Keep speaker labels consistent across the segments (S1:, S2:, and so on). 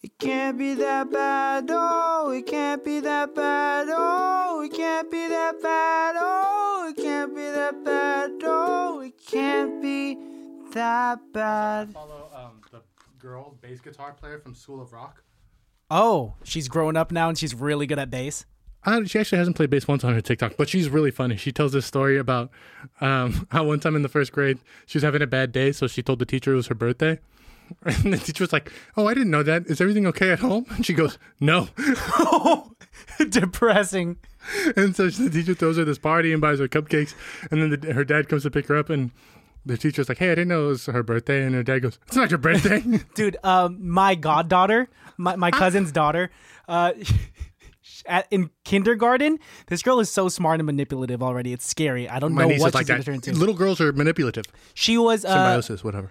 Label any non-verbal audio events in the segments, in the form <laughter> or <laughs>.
S1: It can't be that bad, oh, it can't be that bad, oh, it can't be that bad, oh, it can't be that bad, oh, it can't be that bad.
S2: Follow um, the girl bass guitar player from School of Rock.
S3: Oh, she's grown up now and she's really good at bass.
S2: Uh, she actually hasn't played bass once on her TikTok, but she's really funny. She tells this story about um, <laughs> how one time in the first grade she was having a bad day, so she told the teacher it was her birthday. <laughs> And the teacher was like, Oh, I didn't know that. Is everything okay at home? And she goes, No.
S3: <laughs>
S2: <laughs>
S3: Depressing.
S2: And so the teacher throws her this party and buys her cupcakes. And then the, her dad comes to pick her up, and the teacher's like, Hey, I didn't know it was her birthday. And her dad goes, It's not your birthday. <laughs>
S3: Dude, um, my goddaughter, my, my
S2: Ah.
S3: cousin's daughter, uh, <laughs> at, in kindergarten, this girl is so smart and manipulative already. It's scary. I don't
S2: My
S3: know
S2: niece
S3: what
S2: is
S3: she's
S2: like
S3: going to
S2: that.
S3: turn into.
S2: Little girls are manipulative.
S3: she was uh,
S2: Symbiosis, whatever.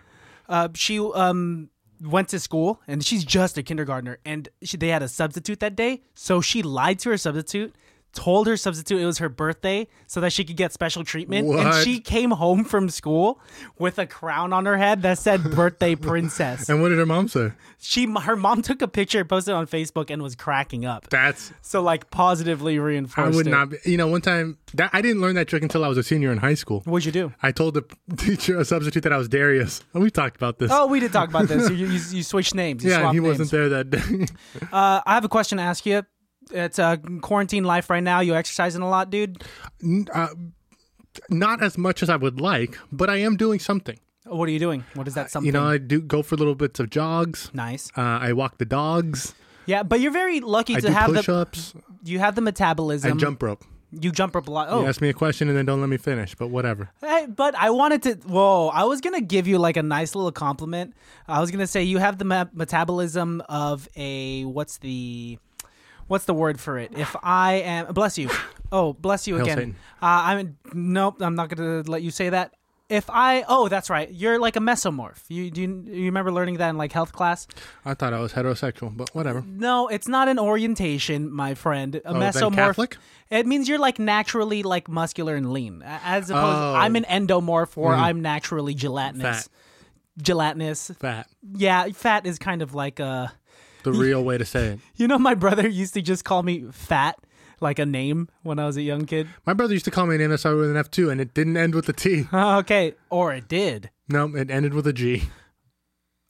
S3: uh, she um went to school and she's just a kindergartner and she, they had a substitute that day so she lied to her substitute told her substitute it was her birthday so that she could get special treatment
S2: What?
S3: and she came home from school with a crown on her head that
S2: <laughs>
S3: said birthday princess
S2: And what did her mom say?
S3: she her mom took a picture posted it on facebook and was cracking up
S2: That's
S3: so like positively
S2: I
S3: reinforced
S2: would
S3: it.
S2: not. Be, you know, one time that I didn't learn that trick until I was a senior in high school.
S3: what'd you do
S2: I told the <laughs> teacher, a substitute, that I was Darius. We talked about this.
S3: oh we did talk about this you, you, you switched names you
S2: yeah, and
S3: swapped
S2: he
S3: names.
S2: wasn't there that day. <laughs>
S3: Uh, I have a question to ask you. It's uh, quarantine life right now. You exercising a lot, dude?
S2: Not as much as I would like, but I am doing something.
S3: What are you doing? What is that something?
S2: Uh, You know, I do go for little bits of jogs.
S3: nice.
S2: Uh, I walk the dogs.
S3: Yeah, but you're very lucky
S2: I
S3: to
S2: do
S3: have the
S2: push-ups.
S3: you have the
S2: I
S3: metabolism.
S2: jump rope.
S3: You jump up a lot. Oh,
S2: You ask me a question and then don't let me finish, but whatever.
S3: Hey, but I wanted to. Whoa, I was gonna give you like a nice little compliment. I was gonna say you have the me- metabolism of a what's the what's the word for it? If I am bless you, oh bless you
S2: Satan.
S3: again. Uh, I'm nope. I'm not gonna let you say that. If I oh that's right, you're like a mesomorph. You do you, you remember learning that in like health class?
S2: I thought I was heterosexual, but whatever.
S3: No, it's not an orientation, my friend. A
S2: Oh, then
S3: mesomorph.
S2: Catholic?
S3: It means you're like naturally like muscular and lean, a- as opposed
S2: Oh. Mm-hmm.
S3: I'm an endomorph or I'm naturally gelatinous.
S2: Fat.
S3: Gelatinous.
S2: Fat.
S3: Yeah, fat is kind of like a.
S2: The real way to say it.
S3: You know, my brother used to just call me fat, like a name when I was a young kid.
S2: My brother used to call me an NSI with an F2, and it didn't end with a T. <laughs>
S3: Okay, or it did.
S2: No, it ended with a G.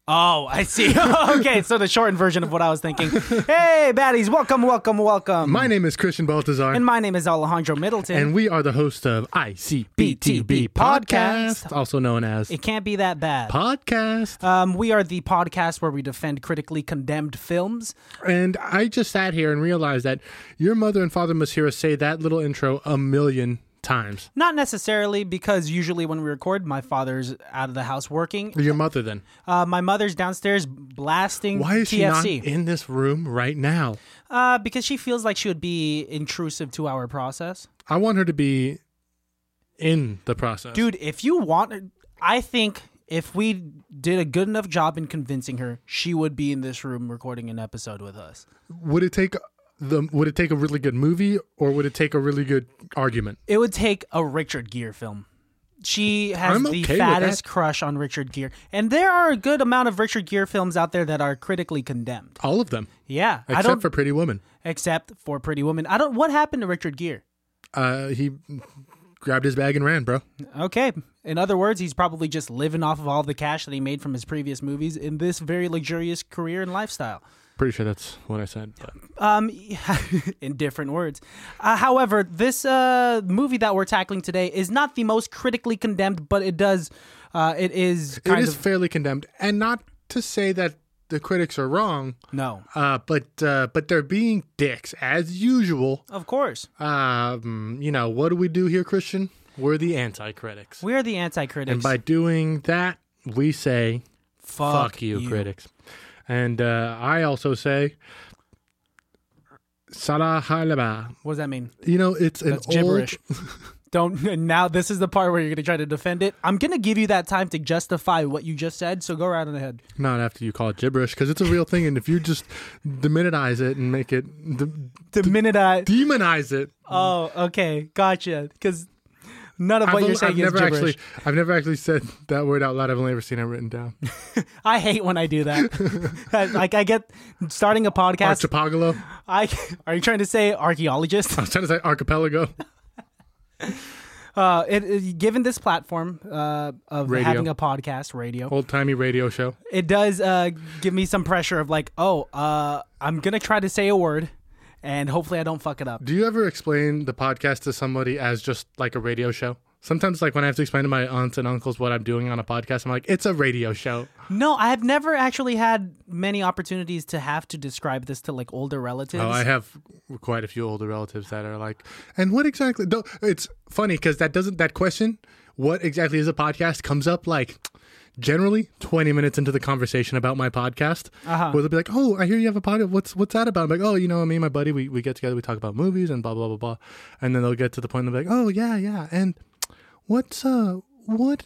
S3: Oh, I see. <laughs> okay, so the shortened version of what I was thinking. Hey, baddies, welcome, welcome, welcome.
S2: My name is Christian Baltazar,
S3: Hmm. and
S2: and,
S3: my name is Alejandro Middleton.
S2: we are the host of ICBTB Podcast, also known as
S3: it can't be that bad.
S2: Podcast.
S3: Um, we are the podcast where we defend critically condemned films.
S2: And I just sat here and realized that your mother and father must hear us say that little intro a million times.
S3: Not necessarily because usually when we record, my father's out of the house working.
S2: Your mother, then.
S3: Uh, my mother's downstairs blasting
S2: Why is she not
S3: TFC.
S2: in this room right now?
S3: uh, because she feels like she would be intrusive to our process.
S2: I want her to be in the process.
S3: Dude, if you want, I think if we did a good enough job in convincing her, she would be in this room recording an episode with us.
S2: Would it take the would it take a really good movie or would it take a really good argument?
S3: It would take a Richard Gere film. She has
S2: I'm
S3: the
S2: okay with
S3: fattest
S2: that.
S3: crush on Richard Gere, and there are a good amount of Richard Gere films out there that are critically condemned.
S2: All of them.
S3: Yeah, I
S2: Except
S3: don't
S2: for Pretty Woman.
S3: except for Pretty Woman. I don't. What happened to Richard Gere?
S2: Uh, he grabbed his bag and ran, bro.
S3: Okay, in other words, he's probably just living off of all the cash that he made from his previous movies in this very luxurious career and lifestyle.
S2: Pretty sure that's what I said. But.
S3: Um, <laughs> in different words. Uh, however, this uh movie that we're tackling today is not the most critically condemned, but it does. Uh, it is
S2: It
S3: kind
S2: is
S3: of
S2: fairly condemned, and not to say that the critics are wrong,
S3: no.
S2: uh, but uh, but they're being dicks as usual.
S3: Of course.
S2: Um, you know what do we do here, Christian? We're the anti-critics,
S3: We are the anti critics.
S2: and by doing that, we say
S3: fuck,
S2: fuck, you, critics. And uh, I also say. Salah halaba.
S3: What does that mean?
S2: You know, it's an
S3: That's
S2: old <laughs>
S3: gibberish. Don't now this is the part where you're gonna try to defend it. I'm gonna give you that time to justify what you just said, so go right on ahead.
S2: Not after you call it gibberish, because it's a real thing. And if you just diminutize it and make it, de-
S3: The minute I
S2: demonize it,
S3: Oh, okay, gotcha. Cause None of what
S2: I've-
S3: you're saying
S2: I've
S3: is
S2: never
S3: gibberish.
S2: actually, I've never actually said that word out loud. I've only ever seen it written down.
S3: I hate when I do
S2: <laughs>
S3: that. I- like I get starting a podcast.
S2: Archipelago.
S3: I <laughs> are you trying to say archaeologist?
S2: <laughs> I was trying to say archipelago.
S3: Uh, it, it- given this platform uh, of
S2: Radio.
S3: having a podcast, radio,
S2: Old timey radio show.
S3: it does uh, give me some pressure of like, oh, uh, I'm gonna try to say a word, and hopefully I don't fuck it up.
S2: Do you ever explain the podcast to somebody as just like a radio show? Sometimes, like when I have to explain to my aunts and uncles what I'm doing on a podcast, I'm like, it's a radio show.
S3: No, I have never actually had many opportunities to have to describe this to like older relatives.
S2: Oh, I have quite a few older relatives that are like, and what exactly? Though it's funny because that doesn't that question, what exactly is a podcast, comes up like generally 20 minutes into the conversation about my podcast,
S3: Uh-huh.
S2: where they'll be like, "Oh, I hear you have a podcast. What's what's that about?" I'm like, "Oh, you know, me and my buddy, we we get together, we talk about movies and blah blah blah blah," and then they'll get to the point and they'll be like, "Oh yeah yeah," and what's uh what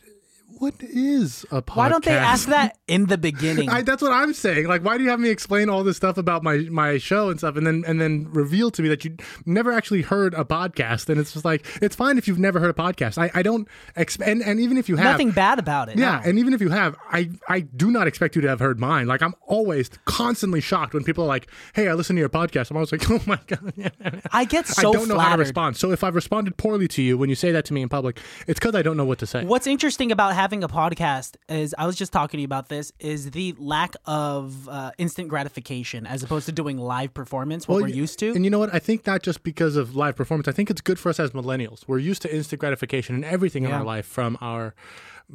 S2: what is a podcast?
S3: Why don't they ask that in the beginning?
S2: <laughs> I, that's what I'm saying. Like, why do you have me explain all this stuff about my my show and stuff, and then and then reveal to me that you never actually heard a podcast? And it's just like it's fine if you've never heard a podcast. I I don't exp- and and even if you have.
S3: Nothing bad about it.
S2: yeah,
S3: no.
S2: and even if you have, I, I do not expect you to have heard mine. Like I'm always constantly shocked when people are like, "Hey, I listen to your podcast." I'm always like, <laughs> "Oh my god,
S3: I get
S2: I
S3: so
S2: don't know
S3: flattered.
S2: how to respond." So if I've responded poorly to you when you say that to me in public, it's because I don't know what to say.
S3: What's interesting about having a podcast is I was just talking to you about this is the lack of uh, instant gratification as opposed to doing live performance what
S2: Well,
S3: we're
S2: you-
S3: used to.
S2: And you know what? I think not just because of live performance. I think it's good for us as millennials. We're used to instant gratification in everything in
S3: Yeah.
S2: our life, from our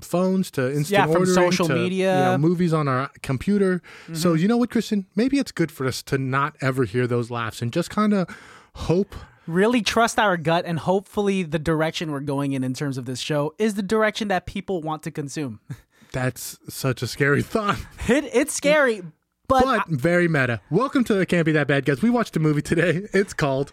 S2: phones to instant
S3: Yeah, from
S2: ordering
S3: social
S2: to, you
S3: media. Mm-hmm.
S2: know, movies on our computer. So you know what, Kristen? Maybe it's good for us to not ever hear those laughs and just kind of hope.
S3: really trust our gut and hopefully the direction we're going in in terms of this show is the direction that people want to consume. <laughs>
S2: That's such a scary <laughs> thought,
S3: it, it's scary, but,
S2: but very meta. Welcome to It Can't Be That Bad, guys. We watched a movie today. It's called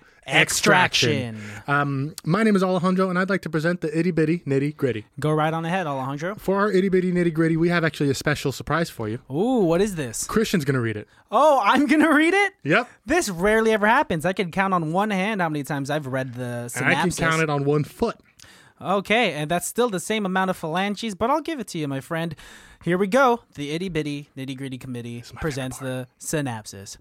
S3: Extraction.
S2: Um, my name is Alejandro, and I'd like to present the itty bitty nitty gritty.
S3: go right on ahead, Alejandro.
S2: For our itty bitty nitty gritty, we have actually a special surprise for you.
S3: Ooh, what is this?
S2: Christian's gonna read it.
S3: Oh, I'm gonna read it.
S2: Yep.
S3: This rarely ever happens. I can count on one hand how many times I've read the synopsis.
S2: And I can count it on one foot.
S3: Okay, and that's still the same amount of phalanges, but I'll give it to you, my friend. Here we go. The itty bitty nitty gritty committee presents the synopsis.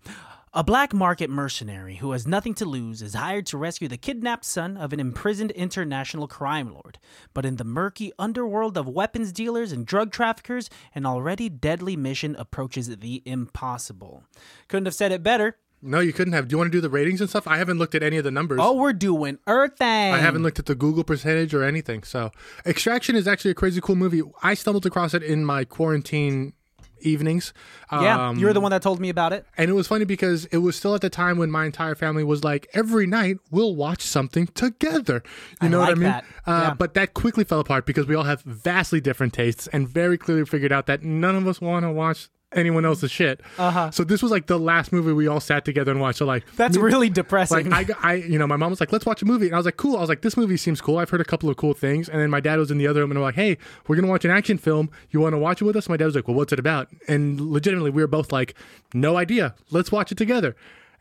S3: A black market mercenary who has nothing to lose is hired to rescue the kidnapped son of an imprisoned international crime lord. But in the murky underworld of weapons dealers and drug traffickers, an already deadly mission approaches the impossible. Couldn't have said it better.
S2: No, you couldn't have. Do you want to do the ratings and stuff? I haven't looked at any of the numbers.
S3: Oh, we're doing Earth
S2: I haven't looked at the Google percentage or anything. So, Extraction is actually a crazy cool movie. I stumbled across it in my quarantine evenings.
S3: Yeah,
S2: Um,
S3: you're the one that told me about it.
S2: And it was funny because it was still at the time when my entire family was like, every night we'll watch something together. You know
S3: like
S2: what I mean?
S3: that.
S2: Uh,
S3: Yeah.
S2: But that quickly fell apart because we all have vastly different tastes and very clearly figured out that none of us want to watch anyone else's shit. Uh-huh. So this was like the last movie we all sat together and watched. So like,
S3: That's
S2: me-
S3: really depressing.
S2: like I, got- I, you know, my mom was like, "Let's watch a movie," and I was like, "Cool." I was like, "This movie seems cool. I've heard a couple of cool things." And then my dad was in the other room, and we're like, "Hey, we're gonna watch an action film. You want to watch it with us?" My dad was like, "Well, what's it about?" And legitimately, we were both like, "No idea. Let's watch it together."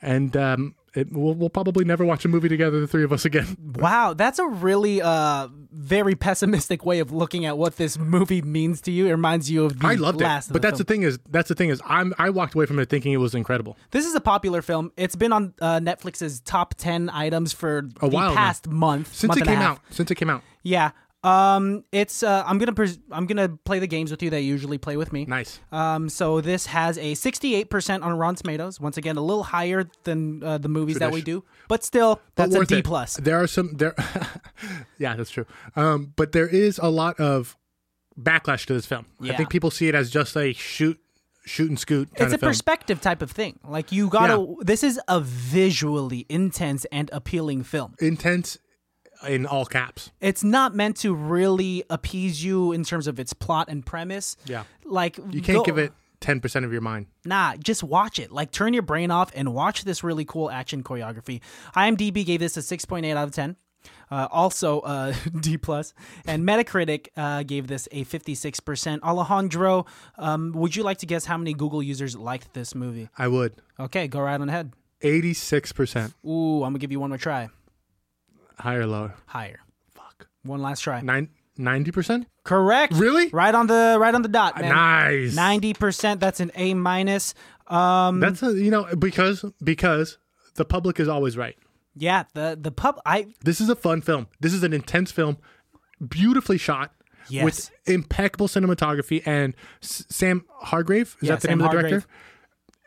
S2: And um, it, we'll, we'll probably never watch a movie together, the three of us again.
S3: Wow, that's a really uh very pessimistic way of looking at what this movie means to you. It reminds you of the
S2: <laughs> I loved
S3: last
S2: it, but that's the thing is that's the thing is I'm I walked away from it thinking it was incredible.
S3: this is a popular film. It's been on uh, Netflix's top ten items for the
S2: while now.
S3: past month,
S2: Since
S3: month
S2: it
S3: and a
S2: came
S3: half.
S2: out, since it came out,
S3: Yeah, um, it's uh, I'm gonna pres- I'm gonna play the games with you that you usually play with me.
S2: nice.
S3: Um, so this has a 68% on Rotten Tomatoes. Once again, a little higher than uh, the movies that we
S2: Tradish.
S3: do, but still,
S2: but
S3: that's a
S2: worth
S3: D
S2: it.
S3: plus.
S2: There are some there, <laughs> yeah, that's true. Um, but there is a lot of backlash to this film.
S3: Yeah.
S2: I think people see it as just a shoot, shoot and scoot kind
S3: it's a
S2: of film.
S3: perspective type of thing. Like you gotta. This is a visually intense and appealing film.
S2: Intense in all caps.
S3: It's not meant to really appease you in terms of its plot and premise.
S2: Yeah.
S3: Like
S2: You can't give it ten percent of your mind.
S3: Nah, just watch it. Like turn your brain off and watch this really cool action choreography. IMDb gave this a 6.8 out of 10. Uh, also uh, <laughs> D plus and Metacritic uh, gave this a 56%. Alejandro, um, would you like to guess how many Google users liked this movie?
S2: I would
S3: Okay, go right on ahead.
S2: eighty six percent
S3: Ooh, I'm gonna give you one more try.
S2: higher, lower.
S3: Higher.
S2: Fuck.
S3: One last try.
S2: Nine, 90%?
S3: Correct.
S2: Really?
S3: Right on the right on the dot, man.
S2: Nice.
S3: Ninety percent. That's an A minus. Um,
S2: That's a, you know because because the public is always right.
S3: yeah. The the pub. I
S2: This is a fun film. This is an intense film, beautifully shot
S3: Yes.
S2: with impeccable cinematography and S- Sam Hargrave is
S3: Yeah,
S2: that the
S3: Sam
S2: name of the
S3: Hargrave.
S2: director?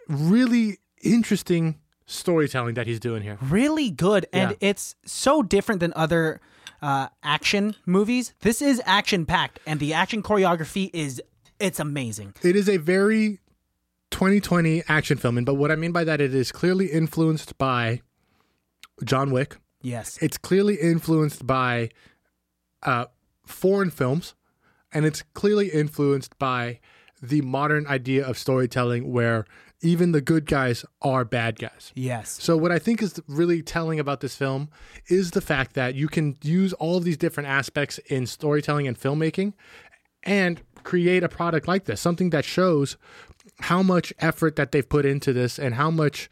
S2: Really interesting storytelling that he's doing here.
S3: really good, and
S2: Yeah.
S3: it's so different than other uh, action movies. This is action packed, and the action choreography is it's amazing.
S2: It is a very 2020 action film, and but what I mean by that, it is clearly influenced by John Wick.
S3: Yes.
S2: It's clearly influenced by uh, foreign films, and it's clearly influenced by the modern idea of storytelling, where even the good guys are bad guys.
S3: Yes.
S2: So what I think is really telling about this film is the fact that you can use all of these different aspects in storytelling and filmmaking and create a product like this, something that shows how much effort that they've put into this and how much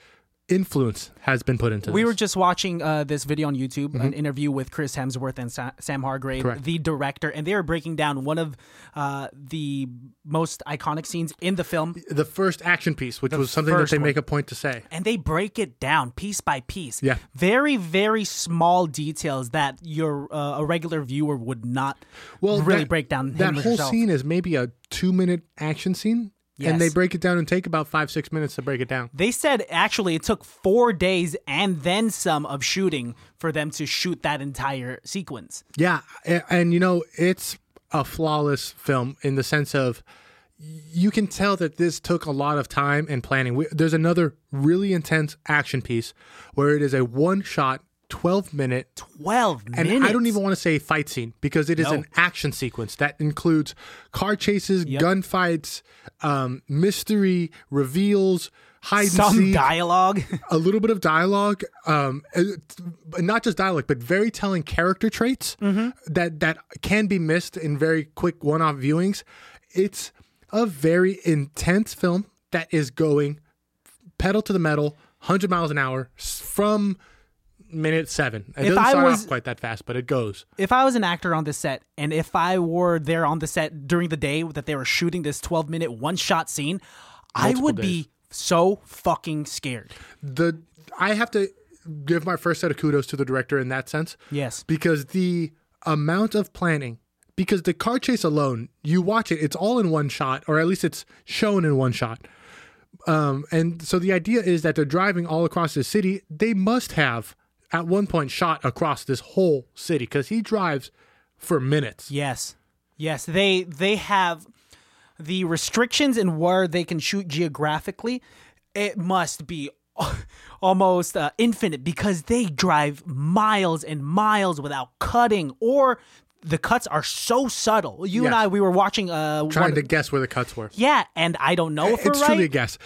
S2: influence has been put into
S3: We
S2: this.
S3: were just watching uh, this video on YouTube, an interview with Chris Hemsworth and Sa- Sam Hargrave,
S2: Mm-hmm. Correct.
S3: the director, and they were breaking down one of uh, the most iconic scenes in the film,
S2: the first action piece, which was something that
S3: first
S2: they
S3: one.
S2: make a point to say.
S3: and they break it down piece by piece.
S2: Yeah.
S3: Very, very small details that your uh, a regular viewer would not
S2: Well,
S3: really
S2: that-
S3: break down.
S2: That
S3: him or
S2: whole
S3: herself.
S2: scene is maybe a two-minute action scene,
S3: Yes.
S2: and they break it down and take about five, six minutes to break it down.
S3: They said actually it took four days and then some of shooting for them to shoot that entire sequence.
S2: Yeah, a- and you know it's a flawless film in the sense of you can tell that this took a lot of time and planning. We, there's another really intense action piece where it is a one-shot, twelve-minute
S3: Twelve
S2: and
S3: minutes.
S2: I don't even want to say fight scene because it is
S3: No.
S2: an action sequence that includes car chases, gunfights, um, mystery reveals, hide and
S3: some
S2: seek,
S3: dialogue. <laughs>
S2: a little bit of dialogue, um, and it's- but not just dialogue, but very telling character traits
S3: Mm-hmm.
S2: that that can be missed in very quick one-off viewings. It's a very intense film that is going pedal to the metal, hundred miles an hour s- from minute seven. It
S3: If
S2: doesn't
S3: I
S2: start
S3: was-
S2: off quite that fast, but it goes.
S3: if I was an actor on the set and if I were there on the set during the day that they were shooting this 12 minute one shot scene, I
S2: Multiple
S3: would
S2: days.
S3: be so fucking scared.
S2: the I have to give my first set of kudos to the director in that sense.
S3: Yes.
S2: Because the amount of planning because the car chase alone, you watch it, it's all in one shot, or at least it's shown in one shot. Um, and so the idea is that they're driving all across the city. They must have at one point shot across this whole city because he drives for minutes.
S3: Yes. Yes, they they have the restrictions in where they can shoot geographically. It must be <laughs> almost uh, infinite because they drive miles and miles without cutting or the cuts are so subtle. You and
S2: Yes.
S3: I we were watching uh
S2: Trying
S3: one-
S2: to guess where the cuts were.
S3: Yeah, and I don't know if
S2: it's
S3: we're
S2: truly a
S3: right.
S2: guess.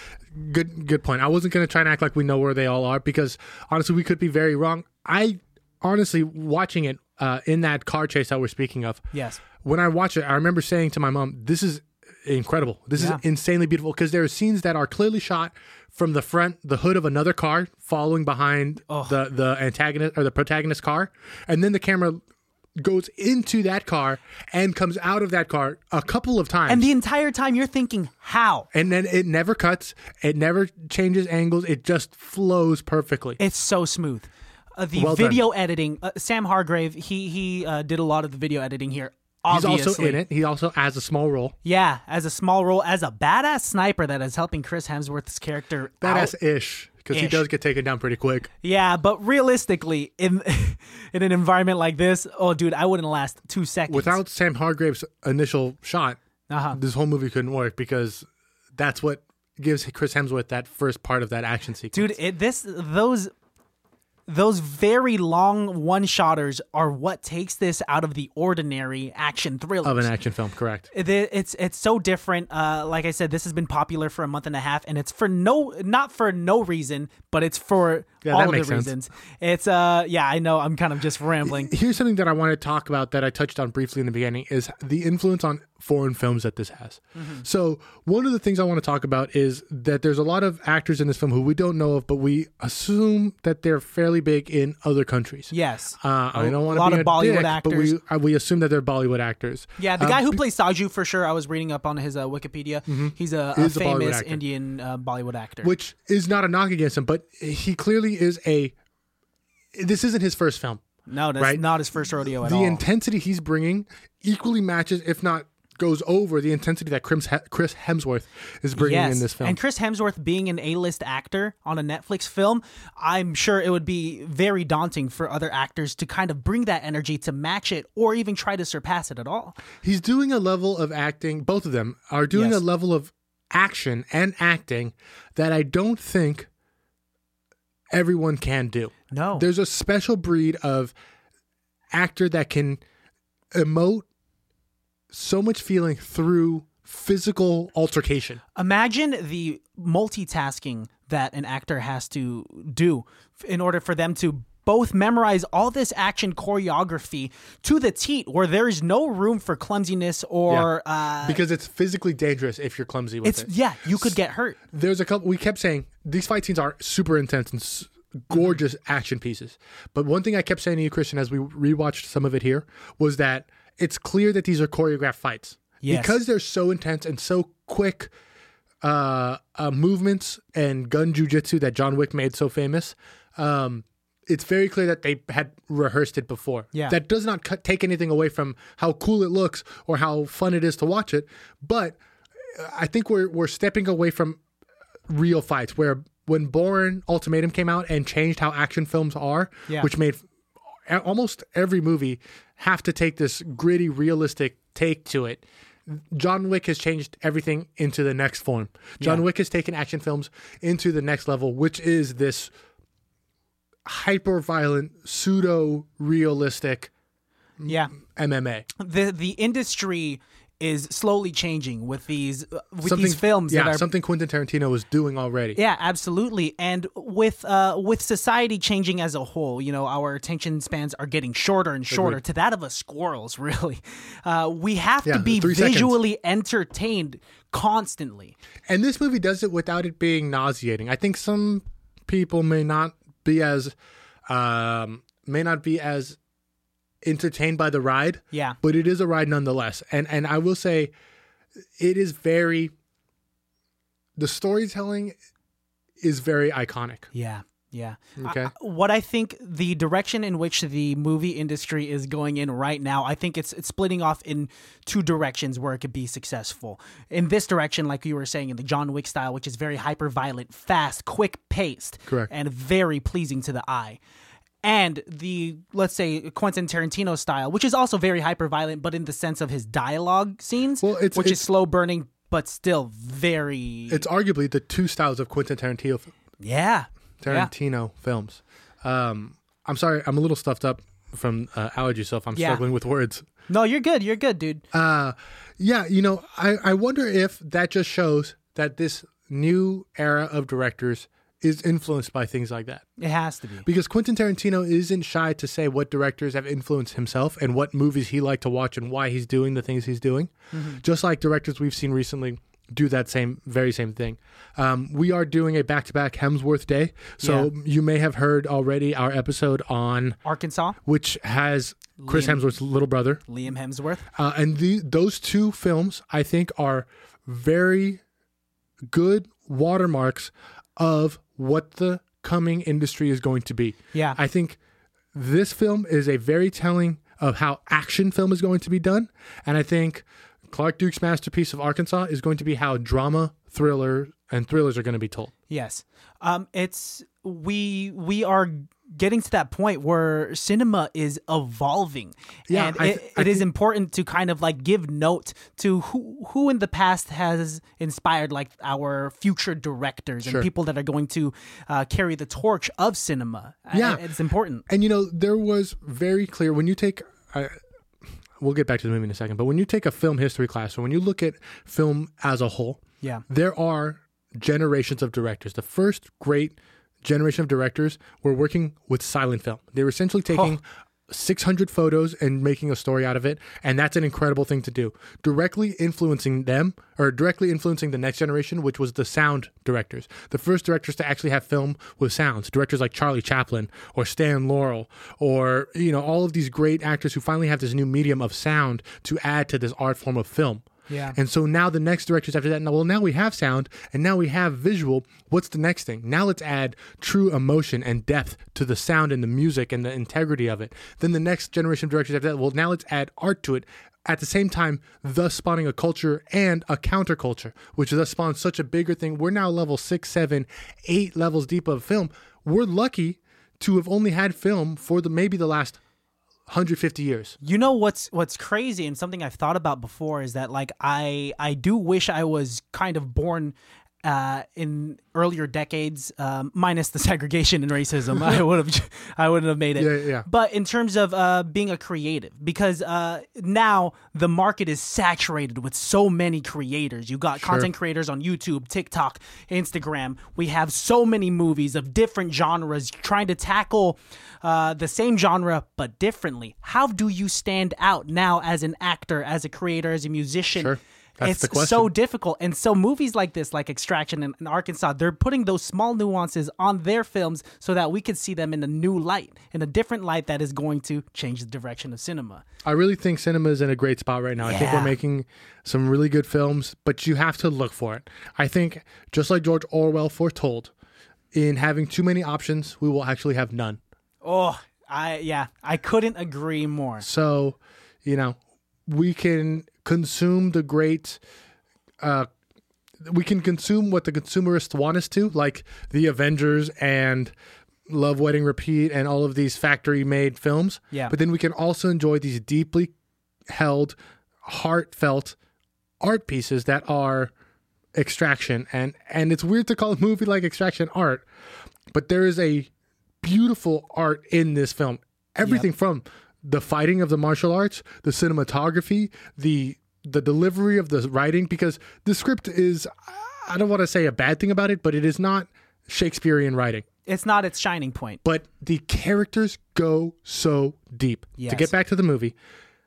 S2: Good, good point. I wasn't gonna try and act like we know where they all are because honestly, we could be very wrong. I honestly watching it uh, in that car chase that we're speaking of.
S3: Yes.
S2: When I watch it, I remember saying to my mom, "This is incredible. This
S3: Yeah.
S2: is insanely beautiful." Because there are scenes that are clearly shot from the front, the hood of another car, following behind the the antagonist or the protagonist car, and then the camera goes into that car and comes out of that car a couple of times.
S3: And the entire time you're thinking, how?
S2: And then it never cuts. It never changes angles. It just flows perfectly.
S3: It's so smooth. Uh, the
S2: Well done.
S3: video editing, uh, Sam Hargrave, he he uh, did a lot of the video editing here.
S2: He's
S3: Obviously.
S2: also in it. He also has a small role.
S3: Yeah, as a small role, as a badass sniper that is helping Chris Hemsworth's character. out.
S2: Badass ish, because he
S3: Ish.
S2: does get taken down pretty quick.
S3: Yeah, but realistically, in <laughs> in an environment like this, oh dude, I wouldn't last two seconds.
S2: Without Sam Hargrave's initial shot,
S3: uh-huh.
S2: this whole movie couldn't work because that's what gives Chris Hemsworth that first part of that action sequence.
S3: dude, it, this those those very long one-shotters are what takes this out of the ordinary action thrillers.
S2: of an action film, correct?
S3: It- it's it's so different. Uh, like I said, this has been popular for a month and a half, and it's for no not for no reason, but it's for
S2: Yeah,
S3: all
S2: that
S3: of the
S2: makes sense.
S3: reasons. It's uh yeah, I
S2: <laughs>
S3: know I'm kind of just rambling.
S2: Here's something that I want to talk about that I touched on briefly in the beginning is the influence on foreign films that this has.
S3: Mm-hmm.
S2: So, one of the things I want to talk about is that there's a lot of actors in this film who we don't know of, but we assume that they're fairly big in other countries.
S3: Yes.
S2: Uh, I don't want
S3: lot
S2: to be
S3: of
S2: a
S3: Bollywood
S2: dick,
S3: actors.
S2: but we uh, we assume that they're Bollywood actors.
S3: Yeah, the
S2: Um, Mm-hmm.
S3: guy who plays Saju for sure. I was reading up on his uh, Wikipedia. He's a, a
S2: He's a Bollywood
S3: famous
S2: actor.
S3: Indian uh, Bollywood actor.
S2: which is not a knock against him, but he clearly is a. This isn't his first film.
S3: no, that's
S2: right?
S3: not his first rodeo at
S2: the
S3: all.
S2: intensity he's bringing equally matches, if not goes over, the intensity that Chris He- Chris Hemsworth is bringing
S3: yes.
S2: in this film.
S3: and Chris Hemsworth being an A-list actor on a Netflix film, I'm sure it would be very daunting for other actors to kind of bring that energy to match it or even try to surpass it at all.
S2: he's doing a level of acting. Both of them are doing
S3: Yes.
S2: a level of action and acting that I don't think everyone can do.
S3: No,
S2: There's a special breed of actor that can emote so much feeling through physical altercation.
S3: imagine the multitasking that an actor has to do f- in order for them to both memorize all this action choreography to the teat where there is no room for clumsiness or uh
S2: because it's physically dangerous if you're clumsy with
S3: it's
S2: it.
S3: yeah you could get hurt
S2: There's a couple we kept saying these fight scenes are super intense and s- gorgeous action pieces. But one thing I kept saying to you Christian as we rewatched some of it here was that it's clear that these are choreographed fights.
S3: Yes.
S2: Because they're so intense and so quick uh, uh movements and gun jujitsu that John Wick made so famous. Um it's very clear that they had rehearsed it before.
S3: Yeah.
S2: That does not cut, take anything away from how cool it looks or how fun it is to watch it, but uh, I think we're we're stepping away from real fights where when Bourne Ultimatum came out and changed how action films are,
S3: Yeah.
S2: which made a- almost every movie have to take this gritty, realistic take to it. John Wick has changed everything into the next form. John Wick has taken action films into the next level, which is this hyper violent, pseudo realistic Mm,
S3: yeah
S2: MMA.
S3: the the industry is slowly changing with these uh, with
S2: Something
S3: these films
S2: yeah,
S3: that are
S2: something Quentin Tarantino was doing already.
S3: Yeah, absolutely. And with uh, with society changing as a whole, you know, our attention spans are getting shorter and shorter to that of a squirrel's. <laughs> Really, uh, we have
S2: Yeah,
S3: to be
S2: three seconds.
S3: visually entertained constantly.
S2: And this movie does it without it being nauseating. I think some people may not be as um, may not be as entertained by the ride.
S3: Yeah.
S2: But it is a ride nonetheless. And and I will say it is very the storytelling is very iconic.
S3: Yeah. Yeah. I-
S2: Okay.
S3: I- what I think the direction in which the movie industry is going in right now, I think it's it's splitting off in two directions where it could be successful. In this direction, like you were saying, in the John Wick style, which is very hyper violent, fast, quick paced,
S2: Correct.
S3: and very pleasing to the eye. And the let's say Quentin Tarantino style, which is also very hyper violent, but in the sense of his dialogue scenes,
S2: Well, it's-
S3: which is
S2: it's-
S3: slow burning but still very
S2: It's arguably the two styles of Quentin Tarantino
S3: yeah yeah.
S2: Tarantino films. Um, I'm sorry, I'm a little stuffed up from uh, allergy stuff. I'm
S3: Yeah.
S2: struggling with words.
S3: No, you're good. You're good, dude.
S2: Uh, yeah, you know, I, I wonder if that just shows that this new era of directors is influenced by things like that.
S3: It has to be.
S2: Because Quentin Tarantino isn't shy to say what directors have influenced himself and what movies he liked to watch and why he's doing the things he's doing. Just like directors we've seen recently do that same very same thing. Um, we are doing a back to back Hemsworth day, so you may have heard already our episode on
S3: Arkansas,
S2: which has Chris Hemsworth's little brother.
S3: Liam Hemsworth.
S2: Uh, and the, those two films, I think, are very good watermarks of what the coming industry is going to be.
S3: Yeah.
S2: I think this film is a very telling of how action film is going to be done. And I think Clark Duke's masterpiece of Arkansas is going to be how drama, thriller, and thrillers are going to be told.
S3: Yes. Um, it's we we are getting to that point where cinema is evolving,
S2: Yeah,
S3: and
S2: I
S3: it,
S2: th- I
S3: it is important to kind of like give note to who who in the past has inspired like our future directors and people that are going to uh, carry the torch of cinema. I-
S2: Yeah.
S3: it's important.
S2: And you know, there was very clear when you take. I, we'll get back to the movie in a second, but when you take a film history class, or when you look at film as a whole,
S3: Yeah.
S2: there are generations of directors. The first great generation of directors were working with silent film. They were essentially taking 600 photos and making a story out of it. And that's an incredible thing to do. Directly influencing them or directly influencing the next generation, which was the sound directors. The first directors to actually have film with sounds. Directors like Charlie Chaplin or Stan Laurel or, you know, all of these great actors who finally have this new medium of sound to add to this art form of film.
S3: Yeah.
S2: And so now the next directors after that, now, well, now we have sound and now we have visual. What's the next thing? Now let's add true emotion and depth to the sound and the music and the integrity of it. Then the next generation of directors after that, well, now let's add art to it. At the same time, thus spawning a culture and a counterculture, which thus spawns such a bigger thing. We're now level six, seven, eight levels deep of film. We're lucky to have only had film for the maybe the last 150 years.
S3: You know what's what's crazy and something I've thought about before is that like I I do wish I was kind of born uh, in earlier decades, um, minus the <laughs> segregation and racism, I would have I wouldn't have made it.
S2: Yeah, yeah.
S3: But in terms of uh, being a creative, because uh, now the market is saturated with so many creators. You got content creators on YouTube, TikTok, Instagram. We have so many movies of different genres trying to tackle uh, the same genre but differently. How do you stand out now as an actor, as a creator, as a musician?
S2: Sure. That's
S3: it's
S2: the question.
S3: so difficult. And so movies like this, like Extraction and, and Arkansas, they're putting those small nuances on their films so that we could see them in a new light, in a different light that is going to change the direction of cinema.
S2: I really think cinema is in a great spot right now. I think we're
S3: Yeah.
S2: making some really good films, but you have to look for it. I think just like George Orwell foretold, in having too many options, we will actually have none.
S3: Oh, I yeah, I couldn't agree more.
S2: So, you know, we can consume the great uh we can consume what the consumerists want us to, like the Avengers and Love Wedding Repeat and all of these factory made films.
S3: Yeah.
S2: But then we can also enjoy these deeply held, heartfelt art pieces that are extraction and and it's weird to call a movie like extraction art, but there is a beautiful art in this film. Everything from the fighting of the martial arts, the cinematography, the the delivery of the writing, because the script is I don't want to say a bad thing about it, but it is not Shakespearean writing.
S3: It's not its shining point.
S2: But the characters go so deep.
S3: Yes.
S2: To get back to the movie,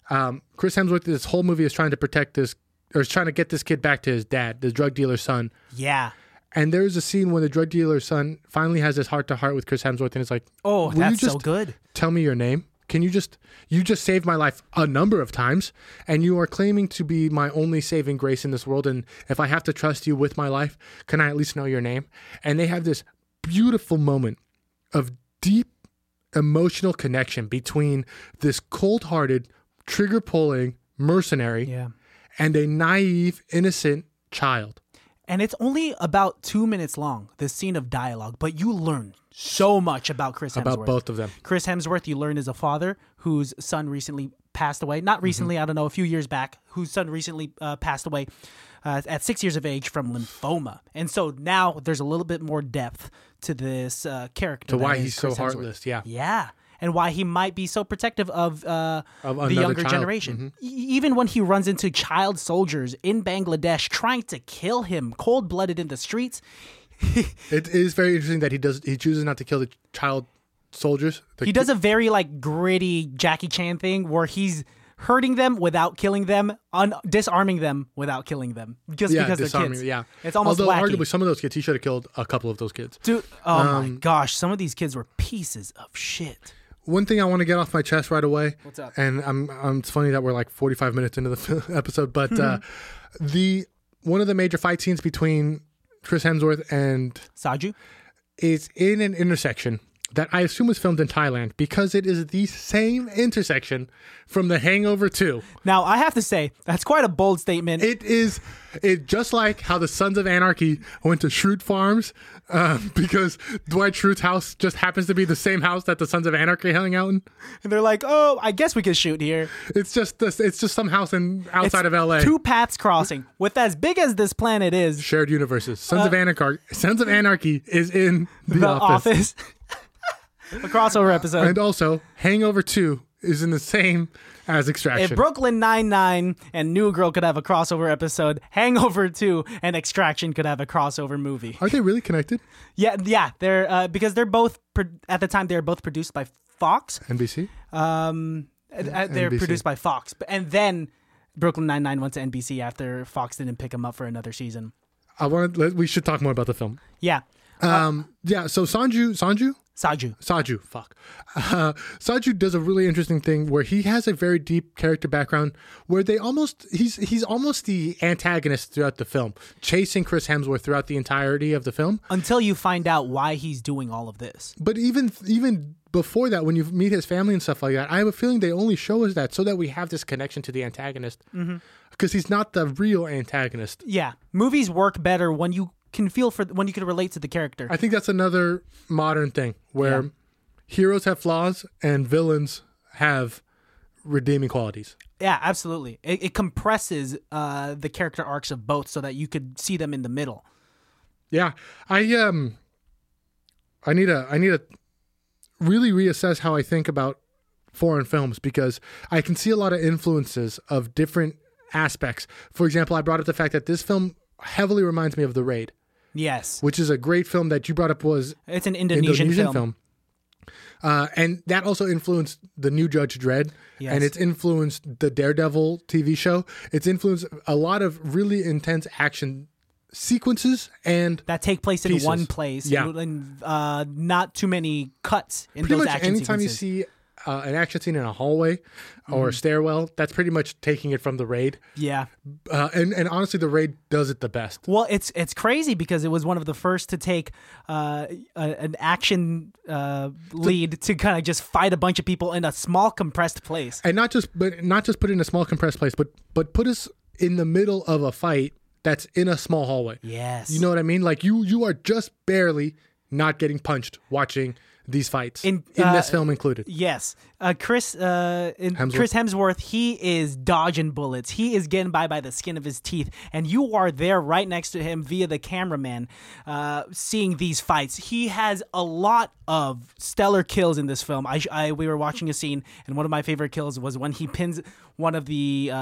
S2: um, Chris Hemsworth, this whole movie is trying to protect this, or is trying to get this kid back to his dad, the drug dealer's son.
S3: Yeah.
S2: And there's a scene when the drug dealer's son finally has this heart to heart with Chris Hemsworth, and it's like,
S3: Oh,
S2: "Will you
S3: that's so
S2: just
S3: good.
S2: Tell me your name. Can you just you just saved my life a number of times, and you are claiming to be my only saving grace in this world. And if I have to trust you with my life, can I at least know your name? And they have this beautiful moment of deep emotional connection between this cold-hearted, trigger-pulling mercenary
S3: Yeah.
S2: and a naive, innocent child.
S3: And it's only about two minutes long, this scene of dialogue, but you learn so much about Chris Hemsworth.
S2: About both of them.
S3: Chris Hemsworth, you learn, is a father whose son recently passed away.
S2: Mm-hmm.
S3: Not recently, I don't know, a few years back, whose son recently uh, passed away uh, at six years of age from lymphoma. And so now there's a little bit more depth to this uh, character.
S2: To
S3: that
S2: why
S3: is
S2: he's so
S3: Chris Hemsworth.
S2: heartless. Yeah.
S3: Yeah. And why he might be so protective of, uh,
S2: Of
S3: the
S2: another
S3: younger
S2: child. Mm-hmm.
S3: generation. E- even when he runs into child soldiers in Bangladesh trying to kill him cold blooded in the streets,
S2: It is very interesting that he does he chooses not to kill the child soldiers. The
S3: he does a very like gritty Jackie Chan thing where he's hurting them without killing them, un- disarming them without killing them, just because they're
S2: disarming,
S3: kids.
S2: Yeah,
S3: it's almost
S2: although
S3: wacky.
S2: arguably Um, some of those kids he should have killed a couple of those kids.
S3: Dude, oh my gosh, some of these kids were pieces of shit.
S2: One thing I want to get off my chest right away. What's up? And I'm, i it's funny that we're like 45 minutes into the <laughs> episode, but
S3: <laughs>
S2: uh, the one of the major fight scenes between Chris Hemsworth and
S3: Saju,
S2: is in an intersection that I assume was filmed in Thailand because it is the same intersection from The Hangover 2.
S3: now I have to say that's quite a bold statement.
S2: It is it just like how the Sons of Anarchy went to Schrute Farms uh, <laughs> because Dwight Schrute's house just happens to be the same house that the Sons of Anarchy hung out in.
S3: and they're like, oh, I guess we could shoot here.
S2: It's just this. It's just some house in outside of L.A.
S3: Two paths crossing with as big as this planet is.
S2: shared universes. Sons of Anarchy. Sons of Anarchy is in the,
S3: The office,
S2: office.
S3: <laughs> a crossover episode.
S2: and also Hangover Two is in the same as
S3: If
S2: Extraction.
S3: Brooklyn Nine Nine and New Girl could have a crossover episode, <laughs> Hangover Two and Extraction could have a crossover movie.
S2: Are they really connected?
S3: Yeah, yeah, they're uh, because they're both pro- at the time they were both produced by Fox.
S2: NBC.
S3: Um, and, uh, they're
S2: NBC.
S3: produced by Fox, but and then Brooklyn Nine Nine went to NBC after Fox didn't pick them up for another season.
S2: I wanted. We should talk more about the film.
S3: Yeah,
S2: Um, yeah. So Sanju, Sanju,
S3: Saju.
S2: Saju, fuck. Uh, Saju does a really interesting thing where he has a very deep character background where they almost he's he's almost the antagonist throughout the film, chasing Chris Hemsworth throughout the entirety of the film.
S3: Until you find out why he's doing all of this.
S2: But even even before that, when you meet his family and stuff like that, I have a feeling they only show us that so that we have this connection to the antagonist because he's not the real antagonist.
S3: Yeah, movies work better when you can feel for when you can relate to the character.
S2: I think that's another modern thing where heroes have flaws and villains have redeeming qualities.
S3: Yeah, absolutely. It, it compresses uh, the character arcs of both so that you could see them in the middle.
S2: Yeah, I um, I need to I need to really reassess how I think about foreign films because I can see a lot of influences of different aspects. For example, I brought up the fact that this film heavily reminds me of The Raid,
S3: Yes,
S2: which is a great film that you brought up was
S3: it's an Indonesian, film.
S2: Uh, and that also influenced the new Judge Dredd,
S3: Yes.
S2: and it's influenced the Daredevil TV show. It's influenced a lot of really intense action sequences and
S3: that take place in
S2: Pieces.
S3: one place.
S2: Yeah.
S3: and uh, not too many cuts in
S2: pretty
S3: those
S2: much
S3: action
S2: anytime
S3: sequences. Mm-hmm.
S2: you see uh, an action scene in a hallway or a stairwell, that's pretty much taking it from the raid.
S3: yeah.
S2: Uh, and and honestly, the raid does it the best.
S3: Well, it's it's crazy because it was one of the first to take uh, a, an action uh, lead to kind of just fight a bunch of people in a small compressed place.
S2: And not just but not just put in a small compressed place, but but put us in the middle of a fight that's in a small hallway.
S3: Yes.
S2: You know what I mean? Like you you are just barely not getting punched watching these fights
S3: In-
S2: this
S3: uh,
S2: film included.
S3: Yes, uh, Chris. Uh, in-
S2: Hemsworth.
S3: Chris Hemsworth. He is dodging bullets. He is getting by by the skin of his teeth, and you are there right next to him via the cameraman, uh, seeing these fights. He has a lot of stellar kills in this film. I, I we were watching a scene, and one of my favorite kills was when he pins one of the uh,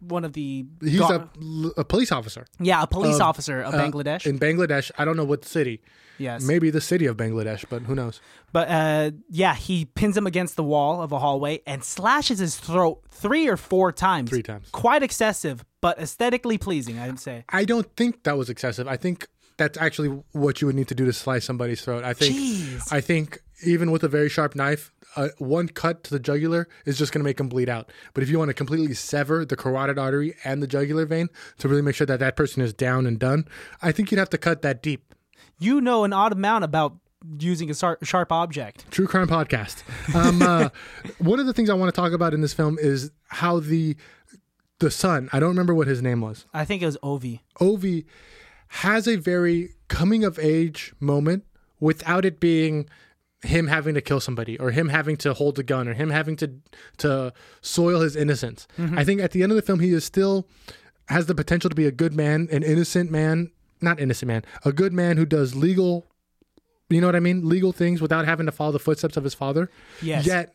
S3: one of the
S2: Hmm. He's
S3: gar-
S2: a, a police officer
S3: yeah a police officer of
S2: uh,
S3: Bangladesh.
S2: in Bangladesh. I don't know what city.
S3: yes,
S2: Maybe the city of Bangladesh, but who knows?
S3: But uh, yeah, he pins him against the wall of a hallway and slashes his throat three or four times.
S2: Three times.
S3: Quite excessive, but aesthetically pleasing, I'd say.
S2: I don't think that was excessive. I think that's actually what you would need to do to slice somebody's throat. I think.
S3: Jeez.
S2: I think even with a very sharp knife, uh, one cut to the jugular is just going to make them bleed out. But if you want to completely sever the carotid artery and the jugular vein to really make sure that that person is down and done, I think you'd have to cut that deep.
S3: You know an odd amount about using a sar- sharp object.
S2: True crime podcast. Um, uh, <laughs> one of the things I want to talk about in this film is how the the son. I don't remember what his name was.
S3: I think it was Ovi.
S2: Ovi has a very coming of age moment without it being him having to kill somebody or him having to hold a gun or him having to to soil his innocence.
S3: Mm-hmm.
S2: I think at the end of the film he is still has the potential to be a good man, an innocent man, not innocent man, a good man who does legal you know what I mean? Legal things without having to follow the footsteps of his father.
S3: Yes.
S2: Yet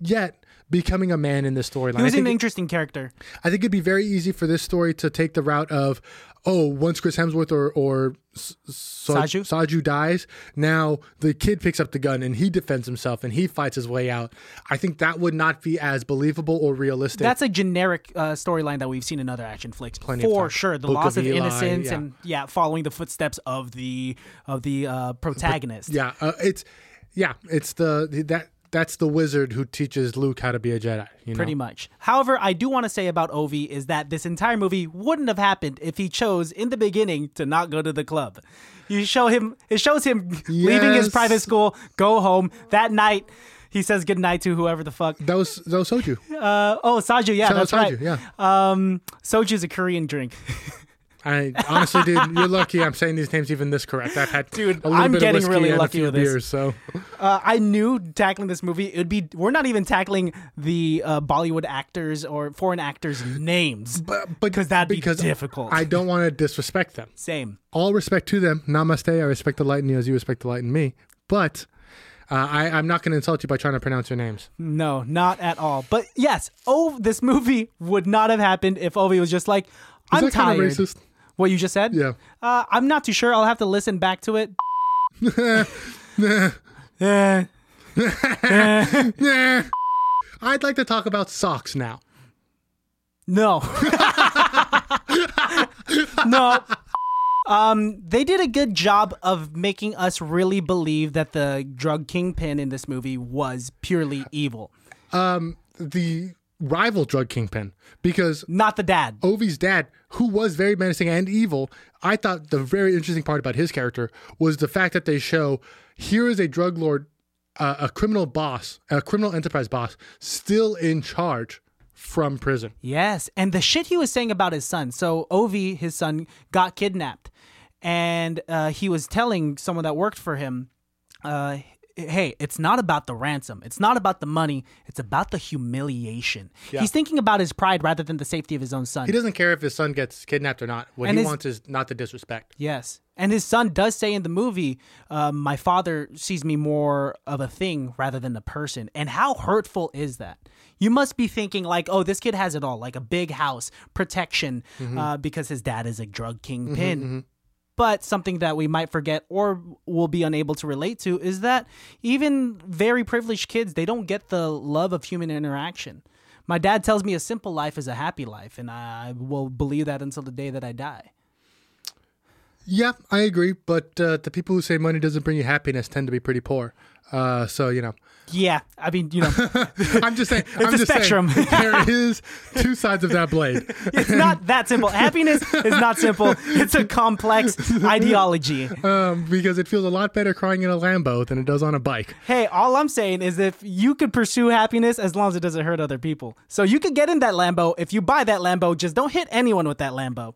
S2: yet becoming a man in this storyline.
S3: He
S2: I
S3: was
S2: think
S3: an interesting character.
S2: I think it'd be very easy for this story to take the route of, oh, once Chris Hemsworth or or S- Sa-
S3: Saju?
S2: Saju dies, now the kid picks up the gun and he defends himself and he fights his way out. I think that would not be as believable or realistic.
S3: That's a generic uh, storyline that we've seen in other action flicks
S2: of
S3: for
S2: times.
S3: sure. The
S2: Book
S3: loss of,
S2: of Eli,
S3: innocence
S2: yeah.
S3: and yeah, following the footsteps of the of the uh, protagonist.
S2: yeah, uh, it's yeah, it's the that that's the wizard who teaches Luke how to be a Jedi. You know?
S3: pretty much. However, I do want to say about Ovi is that this entire movie wouldn't have happened if he chose in the beginning to not go to the club. You show him it shows him <laughs> leaving his
S2: Yes.
S3: private school, go home that night. He says goodnight to whoever the fuck.
S2: That was that
S3: <laughs>
S2: was Soju.
S3: Uh, oh, Saju, yeah,
S2: That was
S3: that's right.
S2: Soju. Yeah.
S3: Um, Soju's a Korean drink. <laughs>
S2: I honestly, dude, you're lucky. I'm saying these names even this correct. I've had
S3: Dude,
S2: a little
S3: I'm
S2: bit
S3: getting
S2: of whiskey
S3: really
S2: and a
S3: lucky
S2: few
S3: with this.
S2: beers, so.
S3: Uh, I knew tackling this movie it would be. We're not even tackling the uh, Bollywood actors or foreign actors' names,
S2: But, but
S3: because that'd
S2: because
S3: be difficult.
S2: I don't want to disrespect them.
S3: Same.
S2: all respect to them. Namaste. I respect the light in you as you respect the light in me. But uh, I, I'm not going to insult you by trying to pronounce
S3: <laughs>
S2: your names.
S3: No, not at all. But yes, oh, this movie would not have happened if Ovi was just like, "I'm
S2: that kinda
S3: tired."
S2: racist?
S3: What you just said?
S2: Yeah.
S3: Uh,
S2: <laughs>
S3: I'm not too sure. I'll have to listen back to it. Eh.
S2: Nah. I'd like to talk about socks now.
S3: No. <laughs> no. Um, they did a good job of making us really believe that the drug kingpin in this movie was purely evil,
S2: Um, The rival drug kingpin, because
S3: not the dad.
S2: Ovi's dad, who was very menacing and evil, I thought the very interesting part about his character was the fact that they show here is a drug lord, uh, a criminal boss, a criminal enterprise boss, still in charge from prison.
S3: Yes, and the shit he was saying about his son. So Ovi, his son, got kidnapped, and uh, he was telling someone that worked for him, uh, "Hey, it's not about the ransom. It's not about the money. It's about the humiliation." He's thinking about his pride rather than the safety of his own son.
S2: He doesn't care if his son gets kidnapped or not. What
S3: And
S2: he
S3: his-
S2: wants is not the disrespect.
S3: Yes. And his son does say in the movie, um, my father sees me more of a thing rather than a person. And how hurtful is that? You must be thinking, like, oh, this kid has it all, like a big house, protection, uh, because his dad is a drug kingpin. But something that we might forget or will be unable to relate to is that even very privileged kids, they don't get the love of human interaction. My dad tells me a simple life is a happy life, and I will believe that until the day that I die.
S2: Yeah, I agree. But uh, the people who say money doesn't bring you happiness tend to be pretty poor. Uh, so you know,
S3: Yeah, I mean, you know,
S2: I'm just
S3: <laughs>
S2: saying. I'm
S3: a
S2: just
S3: spectrum.
S2: Saying, <laughs> there is two sides of that blade.
S3: it's not that simple. Happiness is not simple. It's a complex ideology.
S2: um, because it feels a lot better crying in a Lambo than it does on a bike.
S3: Hey, all I'm saying is if you could pursue happiness as long as it doesn't hurt other people. So you could get in that Lambo. If you buy that Lambo, just don't hit anyone with that Lambo.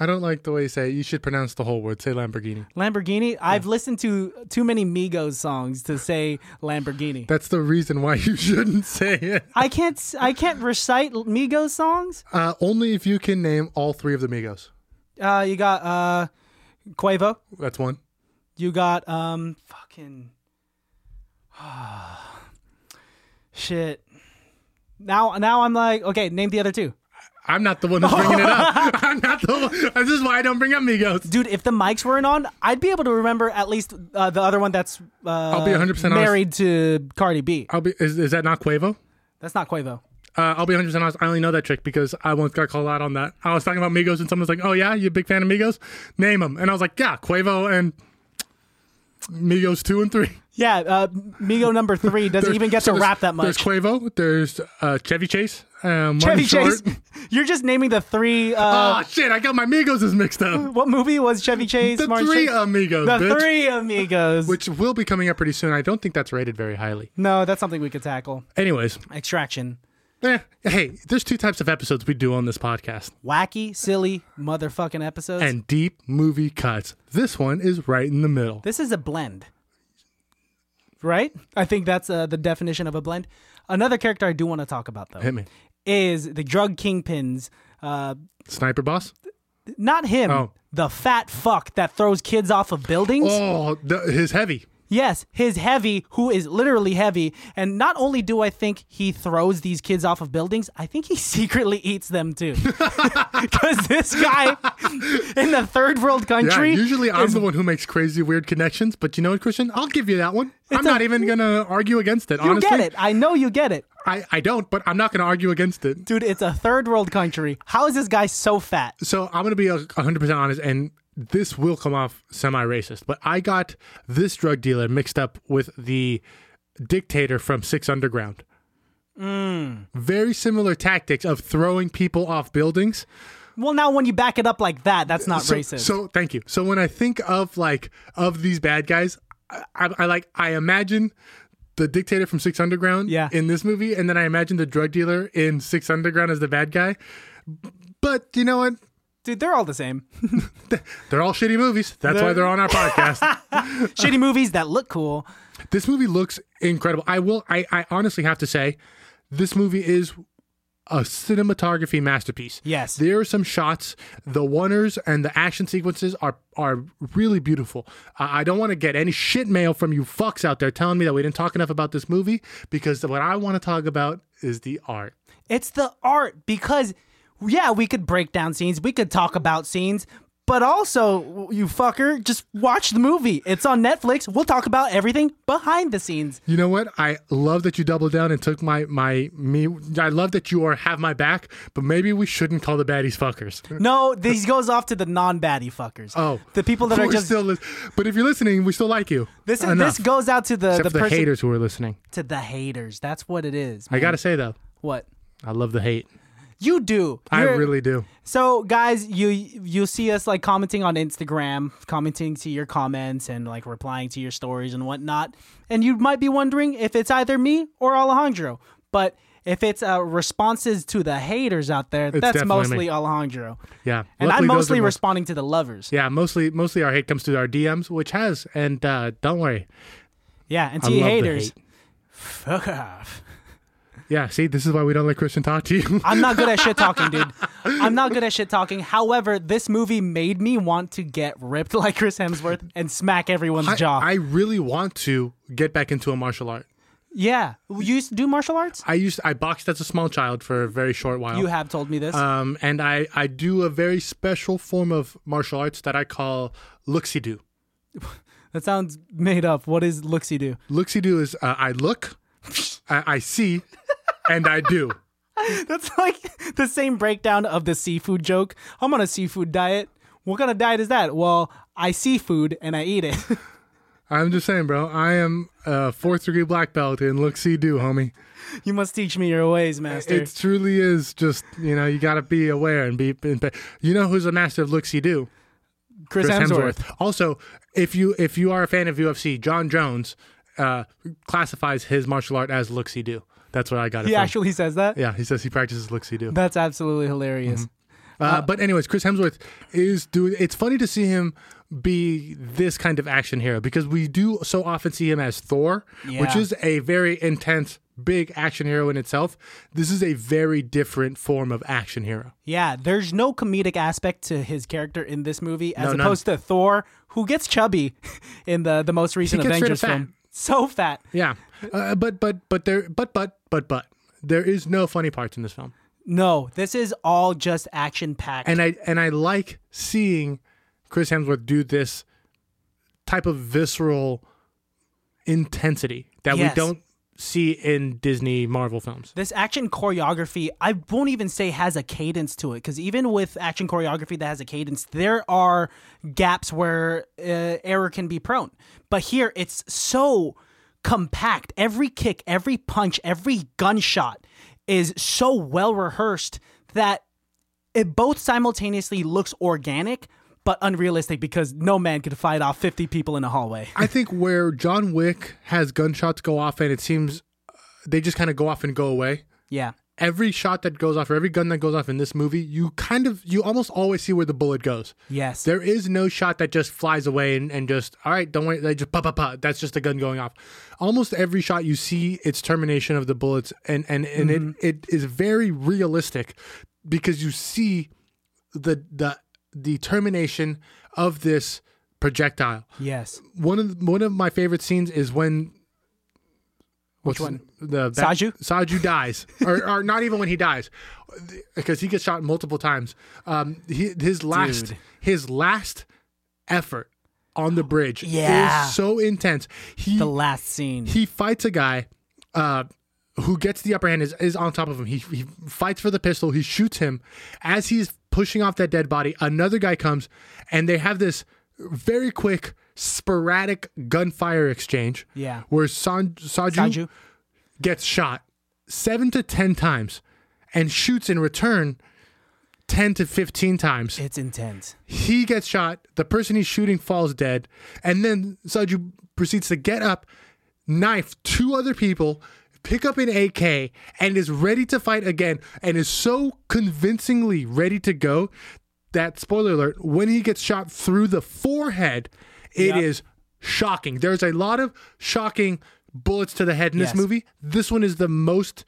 S2: I don't like the way you say it. You should pronounce the whole word. Say Lamborghini.
S3: Lamborghini, I've listened to too many Migos songs to say Lamborghini.
S2: That's the reason why <laughs> you shouldn't say it.
S3: I can't s- I can't recite Migos songs.
S2: Uh, only if you can name all three of the Migos.
S3: Uh you got uh Quavo.
S2: That's one.
S3: You got um fucking <sighs> shit. Now now I'm like, okay, name the other two.
S2: I'm not the one that's bringing it up. I'm not the one. This is why I don't bring up Migos.
S3: Dude, if the mics weren't on, I'd be able to remember at least uh, the other one that's uh, I'll
S2: be 100% honest.
S3: married to Cardi B.
S2: I'll be. Is, is that not Quavo?
S3: That's not Quavo.
S2: Uh, I'll be 100% honest. I only know that trick because I once got called out on that. I was talking about Migos and someone's like, "Oh yeah, you a big fan of Migos? Name them." And I was like, "Yeah, Quavo and Migos two and three.
S3: Yeah, uh, Migo number three doesn't even get
S2: So
S3: to
S2: there's-
S3: rap that
S2: There's
S3: much.
S2: Quavo. There's uh, Chevy Chase. Um,
S3: Chevy
S2: Martin Short.
S3: Chase, <laughs> you're just naming the three. Uh,
S2: oh shit! I got my Migos is mixed up.
S3: what movie was Chevy Chase?
S2: The
S3: Martin
S2: three
S3: Short-
S2: amigos,
S3: the
S2: bitch.
S3: three amigos.
S2: which will be coming up pretty soon. I don't think that's rated very highly.
S3: no, that's something we could tackle.
S2: Anyways,
S3: Extraction.
S2: eh, hey, there's two types of episodes we do on this podcast,
S3: wacky, silly, motherfucking episodes.
S2: and deep movie cuts. This one is right in the middle.
S3: this is a blend, right? I think that's uh, the definition of a blend. Another character I do want to talk about though
S2: Hit me,
S3: is the drug kingpins. Uh,
S2: sniper boss.
S3: not him,
S2: Oh.
S3: the fat fuck that throws kids off of buildings.
S2: Oh, the, his heavy.
S3: Yes, his heavy, who is literally heavy. And not only do I think he throws these kids off of buildings, I think he <laughs> secretly eats them
S2: <laughs>
S3: too. Because this guy in the third world
S2: Yeah,
S3: country
S2: usually I'm
S3: is
S2: the one who makes crazy, weird connections, but you know what, Christian? I'll give you that one. I'm
S3: a-
S2: not even gonna argue against it. honestly,
S3: You get it. I know you get it.
S2: I, I don't, but I'm not gonna argue against it.
S3: Dude, it's a third world country. How is this guy so fat?
S2: so I'm gonna be a 100% honest, and this will come off semi-racist, but I got this drug dealer mixed up with the dictator from Six Underground.
S3: Mm.
S2: Very similar tactics of throwing people off buildings.
S3: Well, now when you back it up like that, that's not
S2: So,
S3: racist.
S2: so thank you. So when I think of like of these bad guys, I, I, I like I imagine the dictator from Six Underground
S3: Yeah.
S2: in this movie, and then I imagine the drug dealer in Six Underground as the bad guy. But you know what?
S3: Dude, they're all the same.
S2: They're all shitty movies. That's why
S3: They're-
S2: they're on our podcast.
S3: Shitty movies that look cool.
S2: this movie looks incredible. I will. I, I honestly have to say, this movie is a cinematography masterpiece.
S3: Yes.
S2: there are some shots. The oneers and the action sequences are are really beautiful. I I don't want to get any shit mail from you fucks out there telling me that we didn't talk enough about this movie because what I want to talk about is the art.
S3: It's the art because, yeah, we could break down scenes, we could talk about scenes, But also, you fucker, just watch the movie. It's on Netflix. We'll talk about everything behind the scenes.
S2: You know what? I love that you doubled down and took my my me. I love that you are have my back, but maybe we shouldn't call the baddies fuckers.
S3: No, this goes off to the non-baddie fuckers.
S2: Oh,
S3: the people that
S2: Who
S3: are just
S2: still. Li- but if you're listening, we still like you.
S3: this.
S2: Enough.
S3: This goes out to the
S2: except
S3: the,
S2: for the
S3: person
S2: haters who are listening.
S3: to the haters. That's what it is.
S2: I
S3: man.
S2: gotta say though,
S3: what
S2: I love the hate.
S3: you do.
S2: I
S3: You're-
S2: really do.
S3: So guys, you you see us like commenting on Instagram, commenting to your comments and like replying to your stories and whatnot. And you might be wondering if it's either me or Alejandro. But if it's uh, responses to the haters out there, that's mostly
S2: definitely me.
S3: Alejandro.
S2: Yeah,
S3: And
S2: Luckily,
S3: I'm
S2: those
S3: mostly
S2: are most-
S3: responding to the lovers. Yeah,
S2: yeah, mostly mostly our hate comes through our DMs, which has. And uh, don't worry,
S3: and
S2: I
S3: to you
S2: love the
S3: haters,
S2: hate.
S3: fuck off.
S2: Yeah, see, this is why we don't let Christian talk to
S3: <laughs>
S2: you.
S3: I'm not good at shit talking, dude. I'm not good at shit talking. However, this movie made me want to get ripped <laughs> like Chris Hemsworth and smack everyone's
S2: I,
S3: jaw.
S2: I really want to get back into a martial art.
S3: yeah, you used to do martial arts.
S2: I used I boxed as a small child for a very short while.
S3: You have told me this.
S2: um, and I I do a very special form of martial arts that I call looksy do.
S3: that sounds made up. What is looksy do? <laughs>
S2: Looksy do is uh, I look, I, I see, and I do.
S3: That's like the same breakdown of the seafood joke. I'm on a seafood diet. What kind of diet is that? Well, I see food and I eat it. <laughs>
S2: I'm just saying, bro. I am a fourth degree black belt in looksy do, homie.
S3: you must teach me your ways, master.
S2: It truly is just you know you got to be aware and be. And, you know who's a master of looksy do?
S3: Chris, Hemsworth.
S2: Also, if you if you are a fan of UFC, John Jones uh, classifies his martial art as looksy do. That's what I got it
S3: He
S2: from.
S3: actually says that.
S2: yeah, he says he practices looksy do.
S3: That's absolutely hilarious.
S2: Uh, but anyways, Chris Hemsworth is doing. It's funny to see him be this kind of action hero because we do so often see him as Thor, which
S3: Yeah.
S2: is a very intense, big action hero in itself. This is a very different form of action hero.
S3: Yeah, there's no comedic aspect to his character in this movie as
S2: none.
S3: opposed to Thor, who gets chubby <laughs> in the the most recent
S2: gets rid
S3: Avengers
S2: of fat.
S3: film. So fat.
S2: Yeah, uh, but but but there but but but but there is no funny parts in this film.
S3: No, this is all just action packed.
S2: and I and I like seeing Chris Hemsworth do this type of visceral intensity that
S3: Yes.
S2: we don't see in Disney Marvel films.
S3: This action choreography, I won't even say has a cadence to it, because even with action choreography that has a cadence, there are gaps where uh, error can be prone. But here, it's so compact. Every kick, every punch, every gunshot is so well rehearsed that it both simultaneously looks organic but unrealistic because no man could fight off 50 people in a hallway.
S2: I think where John Wick has gunshots go off and it seems uh, they just kind of go off and go away.
S3: Yeah.
S2: Every shot that goes off, or every gun that goes off in this movie, you kind of, you almost always see where the bullet goes.
S3: Yes.
S2: There is no shot that just flies away and, and just all right, don't worry, they just pop pop pop. That's just a gun going off. Almost every shot you see its termination of the bullets and and, and it, it is very realistic because you see the the the termination of this projectile.
S3: yes.
S2: One of the- one of my favorite scenes is when Which
S3: one?
S2: The ba-
S3: Saju?
S2: Saju
S3: <laughs>
S2: dies, or, or not even when he dies, because he gets shot multiple times. Um, he, his last,
S3: Dude.
S2: his last effort on the bridge
S3: Yeah.
S2: is so intense. He
S3: The last scene.
S2: he fights a guy, uh, who gets the upper hand is, is on top of him. He he fights for the pistol. He shoots him as he's pushing off that dead body. Another guy comes, and they have this very quick. Sporadic gunfire exchange,
S3: Yeah.
S2: where San, Saju,
S3: Saju.
S2: gets shot seven to ten times and shoots in return 10 to 15 times.
S3: It's intense.
S2: He gets shot, the person he's shooting falls dead, and then Saju proceeds to get up, knife two other people, pick up an AK, and is ready to fight again, and is so convincingly ready to go that, spoiler alert, when he gets shot through the forehead, it is
S3: Yep.
S2: shocking. There's a lot of shocking bullets to the head in
S3: Yes.
S2: this movie. This one is the most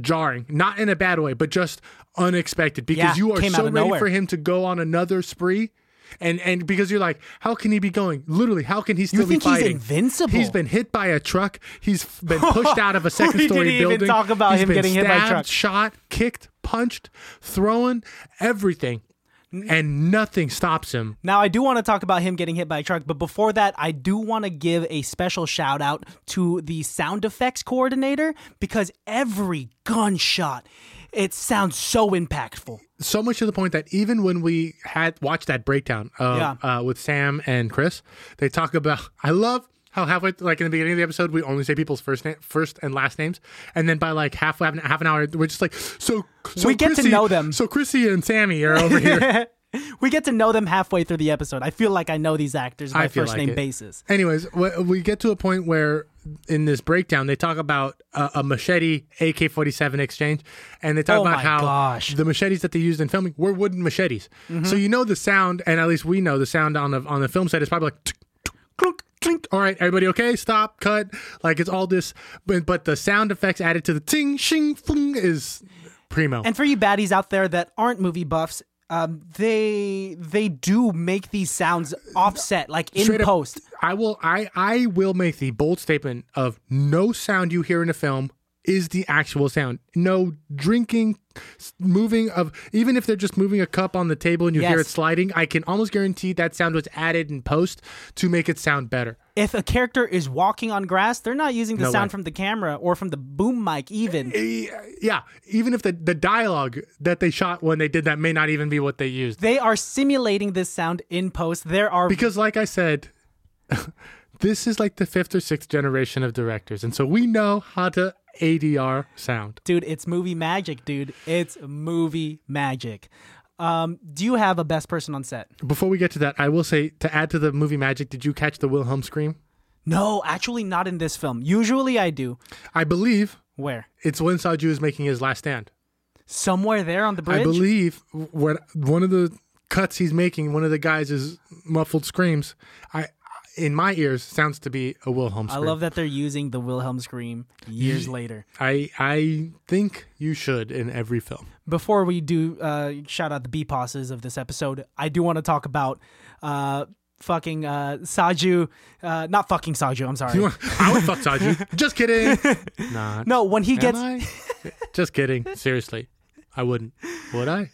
S2: jarring, not in a bad way, but just unexpected because
S3: Yeah,
S2: you are
S3: came out
S2: so
S3: of
S2: ready
S3: nowhere.
S2: for him to go on another spree. And and because you're like, how can he be going? Literally, how can he still
S3: think
S2: be
S3: he's
S2: fighting?
S3: invincible.
S2: He's been hit by a truck. He's f-
S3: <laughs>
S2: been pushed out of a second
S3: We
S2: story
S3: didn't even
S2: building.
S3: talk about
S2: He's
S3: him
S2: been
S3: getting hit by a
S2: stabbed,
S3: truck.
S2: Shot, kicked, punched, thrown, everything. and nothing stops him.
S3: Now, I do want to talk about him getting hit by a truck, but before that, I do want to give a special shout out to the sound effects coordinator because every gunshot, it sounds so impactful.
S2: So much to the point that even when we had watched that breakdown of,
S3: Yeah.
S2: uh, with Sam and Chris, they talk about. I love how halfway, like in the beginning of the episode, we only say people's first name, first and last names, and then by like half half an, half an hour, we're just like, so, so
S3: We get to
S2: Chrissy-
S3: know them.
S2: So Chrissy and Sammy
S3: <laughs>
S2: are over here.
S3: We get to know them halfway through the episode. I feel like I know these actors by
S2: I feel
S3: first
S2: like
S3: name
S2: it.
S3: basis.
S2: Anyways, wh- we get to a point where in this breakdown they talk about a, a machete AK forty seven exchange, and they talk
S3: Oh
S2: about
S3: my
S2: how
S3: gosh. Mm-hmm.
S2: the machetes that they used in filming were wooden machetes. So you know the sound, and at least we know the sound on the on the film set is probably like. "Tsk, tsk, clunk, clink." All right, everybody, okay? Stop, cut. Like it's all this, but but the sound effects added to the ting, shing, fling is primo.
S3: And for you baddies out there that aren't movie buffs, um, they they do make these sounds offset, like in
S2: Straight up,
S3: post.
S2: I will I I will make the bold statement of no sound you hear in a film is the actual sound. No drinking, s- moving of even if they're just moving a cup on the table and you hear
S3: Yes.
S2: it sliding, I can almost guarantee that sound was added in post to make it sound better.
S3: If a character is walking on grass, they're not using the
S2: No
S3: sound
S2: way.
S3: from the camera or from the boom mic even.
S2: E- Yeah, even if the the dialogue that they shot when they did that may not even be what they used.
S3: they are simulating this sound in post. There are
S2: Because like I said, <laughs> this is like the fifth or sixth generation of directors, and so we know how to ADR sound.
S3: dude, it's movie magic, dude. It's movie magic. Um, do you have a best person on set?
S2: Before we get to that, I will say to add to the movie magic, did you catch the Wilhelm scream?
S3: No, actually not in this film. Usually I do.
S2: I believe
S3: Where?
S2: it's when Saju is making his last stand.
S3: Somewhere there on the bridge.
S2: I believe what one of the cuts he's making, one of the guys is muffled screams. I in my ears sounds to be a Wilhelm
S3: I
S2: scream.
S3: love that they're using the Wilhelm scream years later.
S2: I I think you should in
S3: <laughs>
S2: every film. <laughs>
S3: Before we do uh, shout out the B bosses of this episode, I do want to talk about uh, fucking uh, Saju. Uh, not fucking Saju. I'm sorry.
S2: I would fuck Saju. Just kidding. Nah.
S3: <laughs> no, when he
S2: Am
S3: gets
S2: I? <laughs> Just kidding. Seriously, I wouldn't. Would I?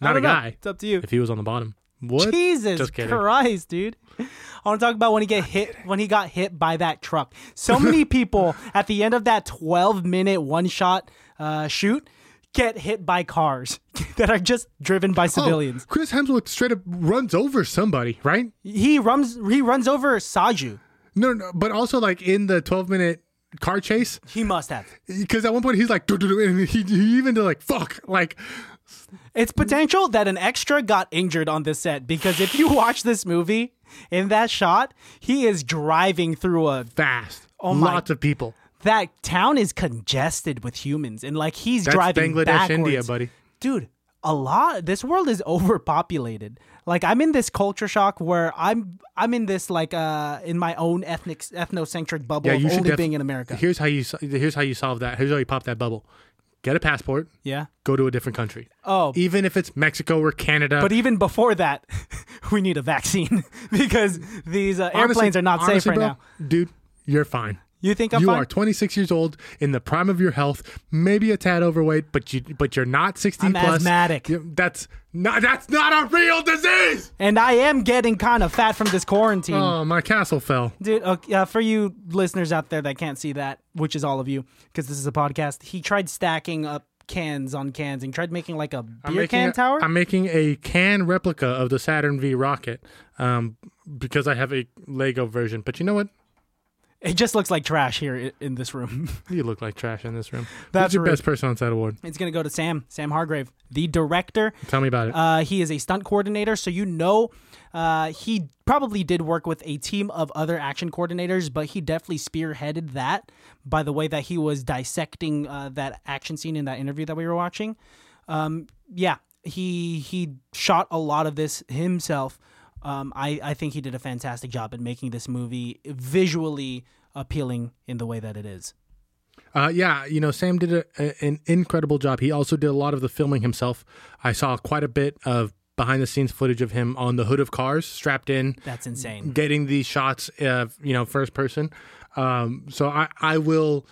S2: Not
S3: <laughs> I
S2: a
S3: don't know.
S2: guy.
S3: It's up to you.
S2: If he was on the bottom, would
S3: Jesus
S2: Just kidding.
S3: Christ, dude. I want to talk about when he get hit when he got hit by that truck.
S2: <laughs>
S3: So many people at the end of that 12 minute one shot uh, shoot get hit by cars <laughs> that are just driven by
S2: Oh,
S3: civilians.
S2: Chris Hemsworth straight up runs over somebody, right?
S3: He runs he runs over Saju.
S2: No, no, but also like in the 12 minute car chase,
S3: He must have.
S2: because at one point he's like, "Duh, duh, duh," and he, he even did like, fuck, like,
S3: It's potential that an extra got injured on this set because if you <laughs> watch this movie in that shot, he is driving through a
S2: fast.
S3: Oh my-
S2: Lots of people.
S3: that town is congested with humans and like he's
S2: That's
S3: driving
S2: Bangladesh,
S3: backwards.
S2: India, buddy.
S3: dude a lot this world is <laughs> overpopulated like i'm in this culture shock where i'm i'm in this like uh in my own ethnic ethnocentric bubble
S2: Yeah,
S3: of
S2: you should
S3: only
S2: def-
S3: being in
S2: <laughs>
S3: america
S2: Here's how you so- here's how you solve that. Here's how you pop that bubble. Get a passport.
S3: yeah
S2: Go to a different country.
S3: Oh.
S2: even if it's Mexico or Canada.
S3: but even before that <laughs> we need a vaccine <laughs> because these uh, airplanes are not safe right now
S2: now, dude. You're fine.
S3: you think i'm
S2: you
S3: fine?
S2: are 26 years old in the prime of your health, maybe a tad overweight, but you but you're not 60
S3: I'm
S2: plus.
S3: asthmatic.
S2: You- That's not that's not a real disease.
S3: and i am getting kind of fat from this quarantine
S2: Oh, my castle fell.
S3: Dude, okay, uh, for you listeners out there that can't see that, which is all of you, because this is a podcast, he tried stacking up cans on cans and tried making like a beer
S2: making
S3: can
S2: a-
S3: tower.
S2: I'm making a can replica of the Saturn V rocket um, because I have a Lego version. But you know what?
S3: it just looks like trash here i- in this room. <laughs>
S2: You look like trash in this room.
S3: That's
S2: Who's your
S3: rude.
S2: best person on that award?
S3: it's gonna go to Sam, Sam Hargrave, the director.
S2: Tell me about it.
S3: Uh, he is a stunt coordinator, so you know uh, he probably did work with a team of other action coordinators, but he definitely spearheaded that by the way that he was dissecting uh, that action scene in that interview that we were watching. Um, yeah, he he shot a lot of this himself. Um, I, I think he did a fantastic job in making this movie visually appealing in the way that it is.
S2: Uh, yeah, you know, Sam did a, a- an incredible job. He also did a lot of the filming himself. I saw quite a bit of behind the scenes footage of him on the hood of cars, strapped in,
S3: That's
S2: Mm-hmm.
S3: insane.
S2: getting these shots, uh, you know, first person. Um, so I, I will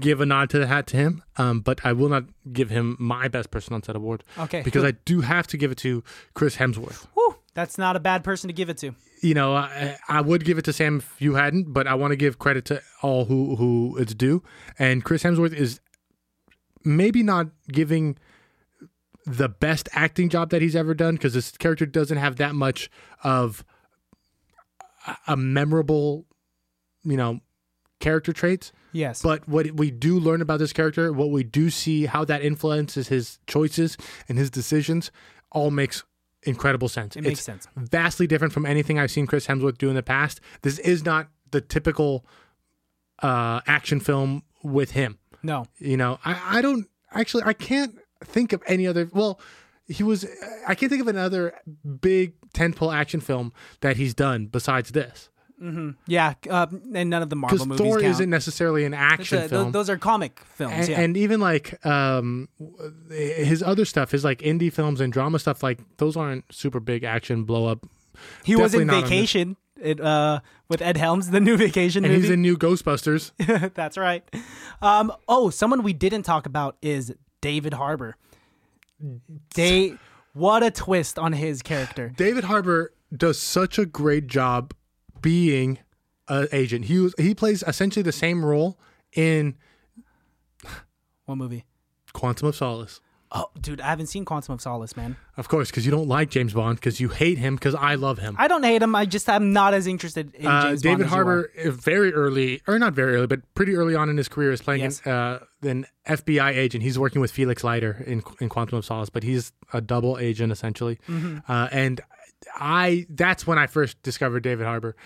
S2: give a nod to the hat to him, um, but I will not give him my best person on set award.
S3: Okay.
S2: Because I do have to give it to Chris Hemsworth.
S3: Whew, that's not a bad person to give it to.
S2: You know, I, I would give it to Sam if you hadn't, but I want to give credit to all who who it's due. And Chris Hemsworth is maybe not giving the best acting job that he's ever done because this character doesn't have that much of a- a memorable, you know, character traits.
S3: Yes.
S2: But what we do learn about this character, what we do see, how that influences his choices and his decisions, all makes incredible sense.
S3: It makes sense.
S2: Vastly different from anything I've seen Chris Hemsworth do in the past. This is not the typical uh, action film with him.
S3: no.
S2: You know, I, I don't actually, I can't think of any other. Well, he was, I can't think of another big tentpole action film that he's done besides this.
S3: Yeah. Uh, and none of the Marvel
S2: Because
S3: movies
S2: Thor
S3: count.
S2: isn't necessarily an action
S3: Uh, tho-
S2: film.
S3: those are comic films.
S2: and,
S3: yeah.
S2: and even like um w- his other stuff his like indie films and drama stuff like those aren't super big action blow up
S3: he was in
S2: definitely not on this.
S3: Vacation it, uh, with Ed Helms, the new Vacation
S2: and
S3: movie.
S2: he's in new ghostbusters
S3: <laughs> That's right. Um, oh, someone we didn't talk about is David Harbour. Day, what a twist on his character.
S2: david harbour does such a great job being an agent he was, he plays essentially the same role in
S3: What movie?
S2: quantum of solace
S3: Oh, dude, I haven't seen Quantum of Solace, man.
S2: of course because you don't like james bond because you hate him because i love him
S3: I don't hate him. I just I'm not as interested in
S2: Uh,
S3: James
S2: David
S3: Bond as you
S2: Harbour, uh, very early, or not very early, but pretty early on in his career, is playing
S3: Yes.
S2: an, uh, an FBI agent. He's working with Felix Leiter in, in Quantum of Solace, but he's a double agent essentially.
S3: Mm-hmm.
S2: Uh, and I, that's when I first discovered David Harbour.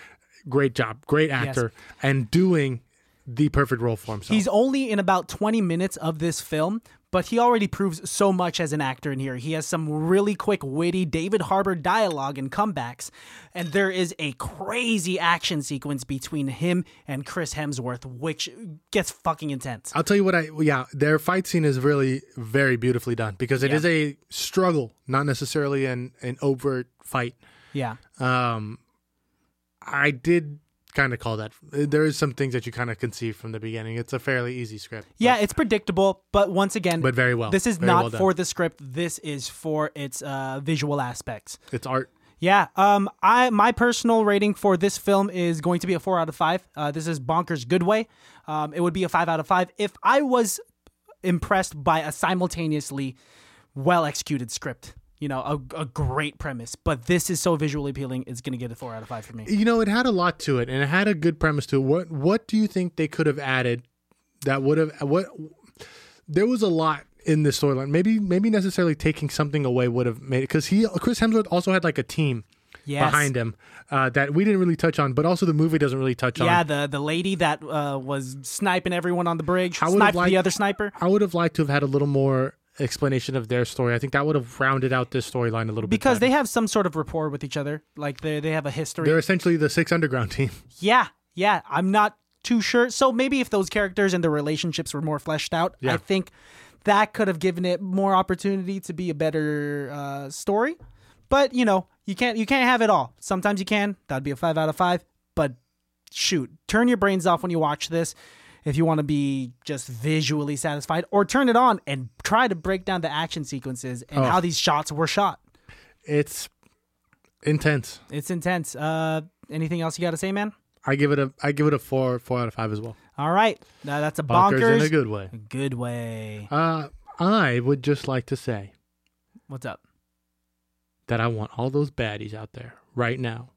S2: Great job, great actor, and doing the perfect role for himself.
S3: He's only in about 20 minutes of this film, but he already proves so much as an actor in here. He has some really quick, witty David Harbour dialogue and comebacks, and there is a crazy action sequence between him and Chris Hemsworth, which gets fucking intense.
S2: I'll tell you what I yeah, their fight scene is really very beautifully done because it is a struggle, not necessarily an an overt fight.
S3: Yeah.
S2: um i did kind of call that there is some things that you kind of conceive from the beginning it's a fairly easy script
S3: Yeah, it's predictable, but once again,
S2: But very well.
S3: This is
S2: Very
S3: not
S2: well done.
S3: for the script. This is for its uh, visual aspects.
S2: it's art
S3: Yeah. Um. I my personal rating for this film is going to be a four out of five. Uh, this is bonkers good way. Um. It would be a five out of five if I was impressed by a simultaneously well executed script. You know, a, a great premise, but this is so visually appealing. It's gonna get a four out of five for me.
S2: you know it had a lot to it and it had a good premise to it what what do you think they could have added that would have what there was a lot in this storyline maybe maybe necessarily taking something away would have made it because he chris hemsworth also had like a team
S3: Yes.
S2: behind him uh, that we didn't really touch on but also the movie doesn't really touch on
S3: Yeah. The the lady that uh, was sniping everyone on the bridge,
S2: would've
S3: sniped
S2: liked-
S3: the other sniper.
S2: I would have liked to have had a little more explanation of their story. I think that would have rounded out this storyline a little bit.
S3: because they
S2: better.
S3: have some sort of rapport with each other like they they have a history
S2: they're essentially the six underground <laughs> team.
S3: yeah yeah i'm not too sure so maybe if those characters and their relationships were more fleshed out i think that could have given it more opportunity to be a better uh, story but you know you can't you can't have it all sometimes you can that'd be a five out of five but shoot turn your brains off when you watch this if you want to be just visually satisfied or turn it on and try to break down the action sequences and how these shots were shot
S2: It's intense.
S3: It's intense. Uh, anything else you got to say, man?
S2: I give it a I give it a four four out of five as well.
S3: All right, now that's a
S2: Bonkers,
S3: bonkers,
S2: in a good way.
S3: good way.
S2: Uh, I would just like to say
S3: What's up?
S2: that I want all those baddies out there right now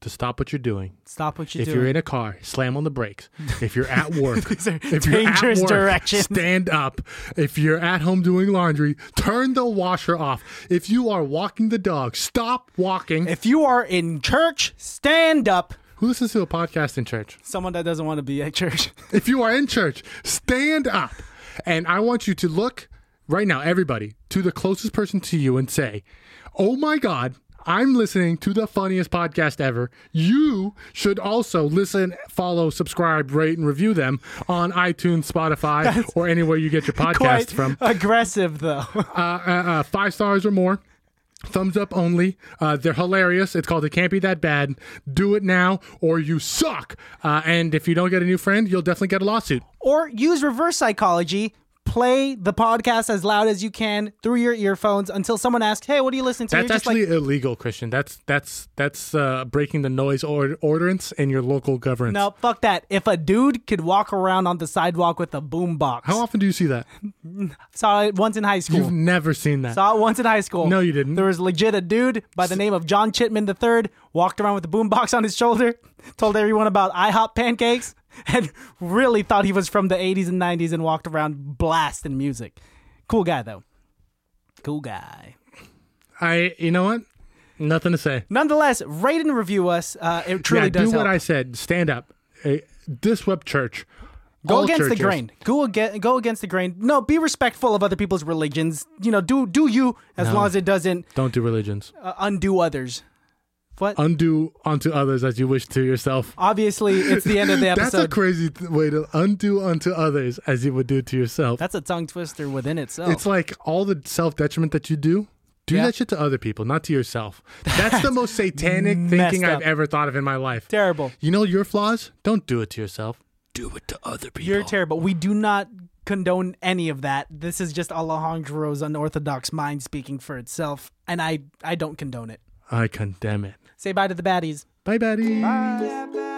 S2: to stop what you're doing.
S3: Stop what you're
S2: If
S3: doing.
S2: you're in a car, slam on the brakes. If
S3: <laughs>
S2: you're at work,
S3: These are
S2: if you're at
S3: dangerous
S2: work,
S3: directions.
S2: stand up. If you're at home doing laundry, turn the washer off. If you are walking the dog, stop walking.
S3: if you are in church, stand up.
S2: Who listens to a podcast in church?
S3: Someone that doesn't want to be at church.
S2: If you are in church, stand up. And I want you to look right now, everybody, to the closest person to you and say, Oh my God, I'm listening to the funniest podcast ever. You should also listen, follow, subscribe, rate, and review them on iTunes, Spotify, or anywhere you get your
S3: <laughs>
S2: podcast
S3: Quite
S2: from.
S3: aggressive though. <laughs>
S2: Uh, uh, uh, five stars or more. Thumbs up only. Uh, they're hilarious. It's called It Can't Be That Bad. Do it now or you suck. Uh, and if you don't get a new friend, you'll definitely get a lawsuit.
S3: Or use reverse psychology. Play the podcast as loud as you can through your earphones until someone asks, "Hey, what are you listening to?"
S2: That's
S3: You're just like,
S2: actually illegal, Christian. That's that's that's uh, breaking the noise or- ordinance in your local governance.
S3: No, fuck that. If a dude could walk around on the sidewalk with a boombox,
S2: How often do you see that?
S3: saw it once in high school.
S2: You've never seen that.
S3: saw it once in high school.
S2: No, you didn't.
S3: There was legit a dude by the name of John Chitman III walked around with a boombox on his shoulder, <laughs> told everyone about IHOP pancakes, <laughs> and really thought he was from the 80s and 90s and walked around blasting music. Cool guy though. Cool guy.
S2: I. You know what? Nothing to say.
S3: Nonetheless, rate and review us. Uh, it truly
S2: yeah,
S3: does
S2: do
S3: help.
S2: what I said. Stand up. Uh, disrupt church.
S3: go
S2: All
S3: against
S2: churches.
S3: the grain. Go against, go against the grain. No, be respectful of other people's religions. You know, do do you as long as it doesn't
S2: Don't do religions.
S3: uh, undo others. What?
S2: Undo unto others as you wish to yourself.
S3: Obviously, it's the end of the episode.
S2: <laughs> That's a crazy th- way to undo unto others as you would do to yourself.
S3: That's a tongue twister within itself.
S2: It's like all the self detriment that you do. Do
S3: Yeah.
S2: that shit to other people, not to <laughs> yourself. That's the most satanic thinking
S3: messed
S2: I've
S3: up.
S2: ever thought of in my life.
S3: terrible.
S2: You know your flaws? Don't do it to yourself. Do it to other people.
S3: You're terrible. We do not condone any of that. This is just Alejandro's unorthodox mind speaking for itself, and I I don't condone it.
S2: I condemn it.
S3: Say bye to the baddies.
S2: Bye, Betty.
S1: Bye.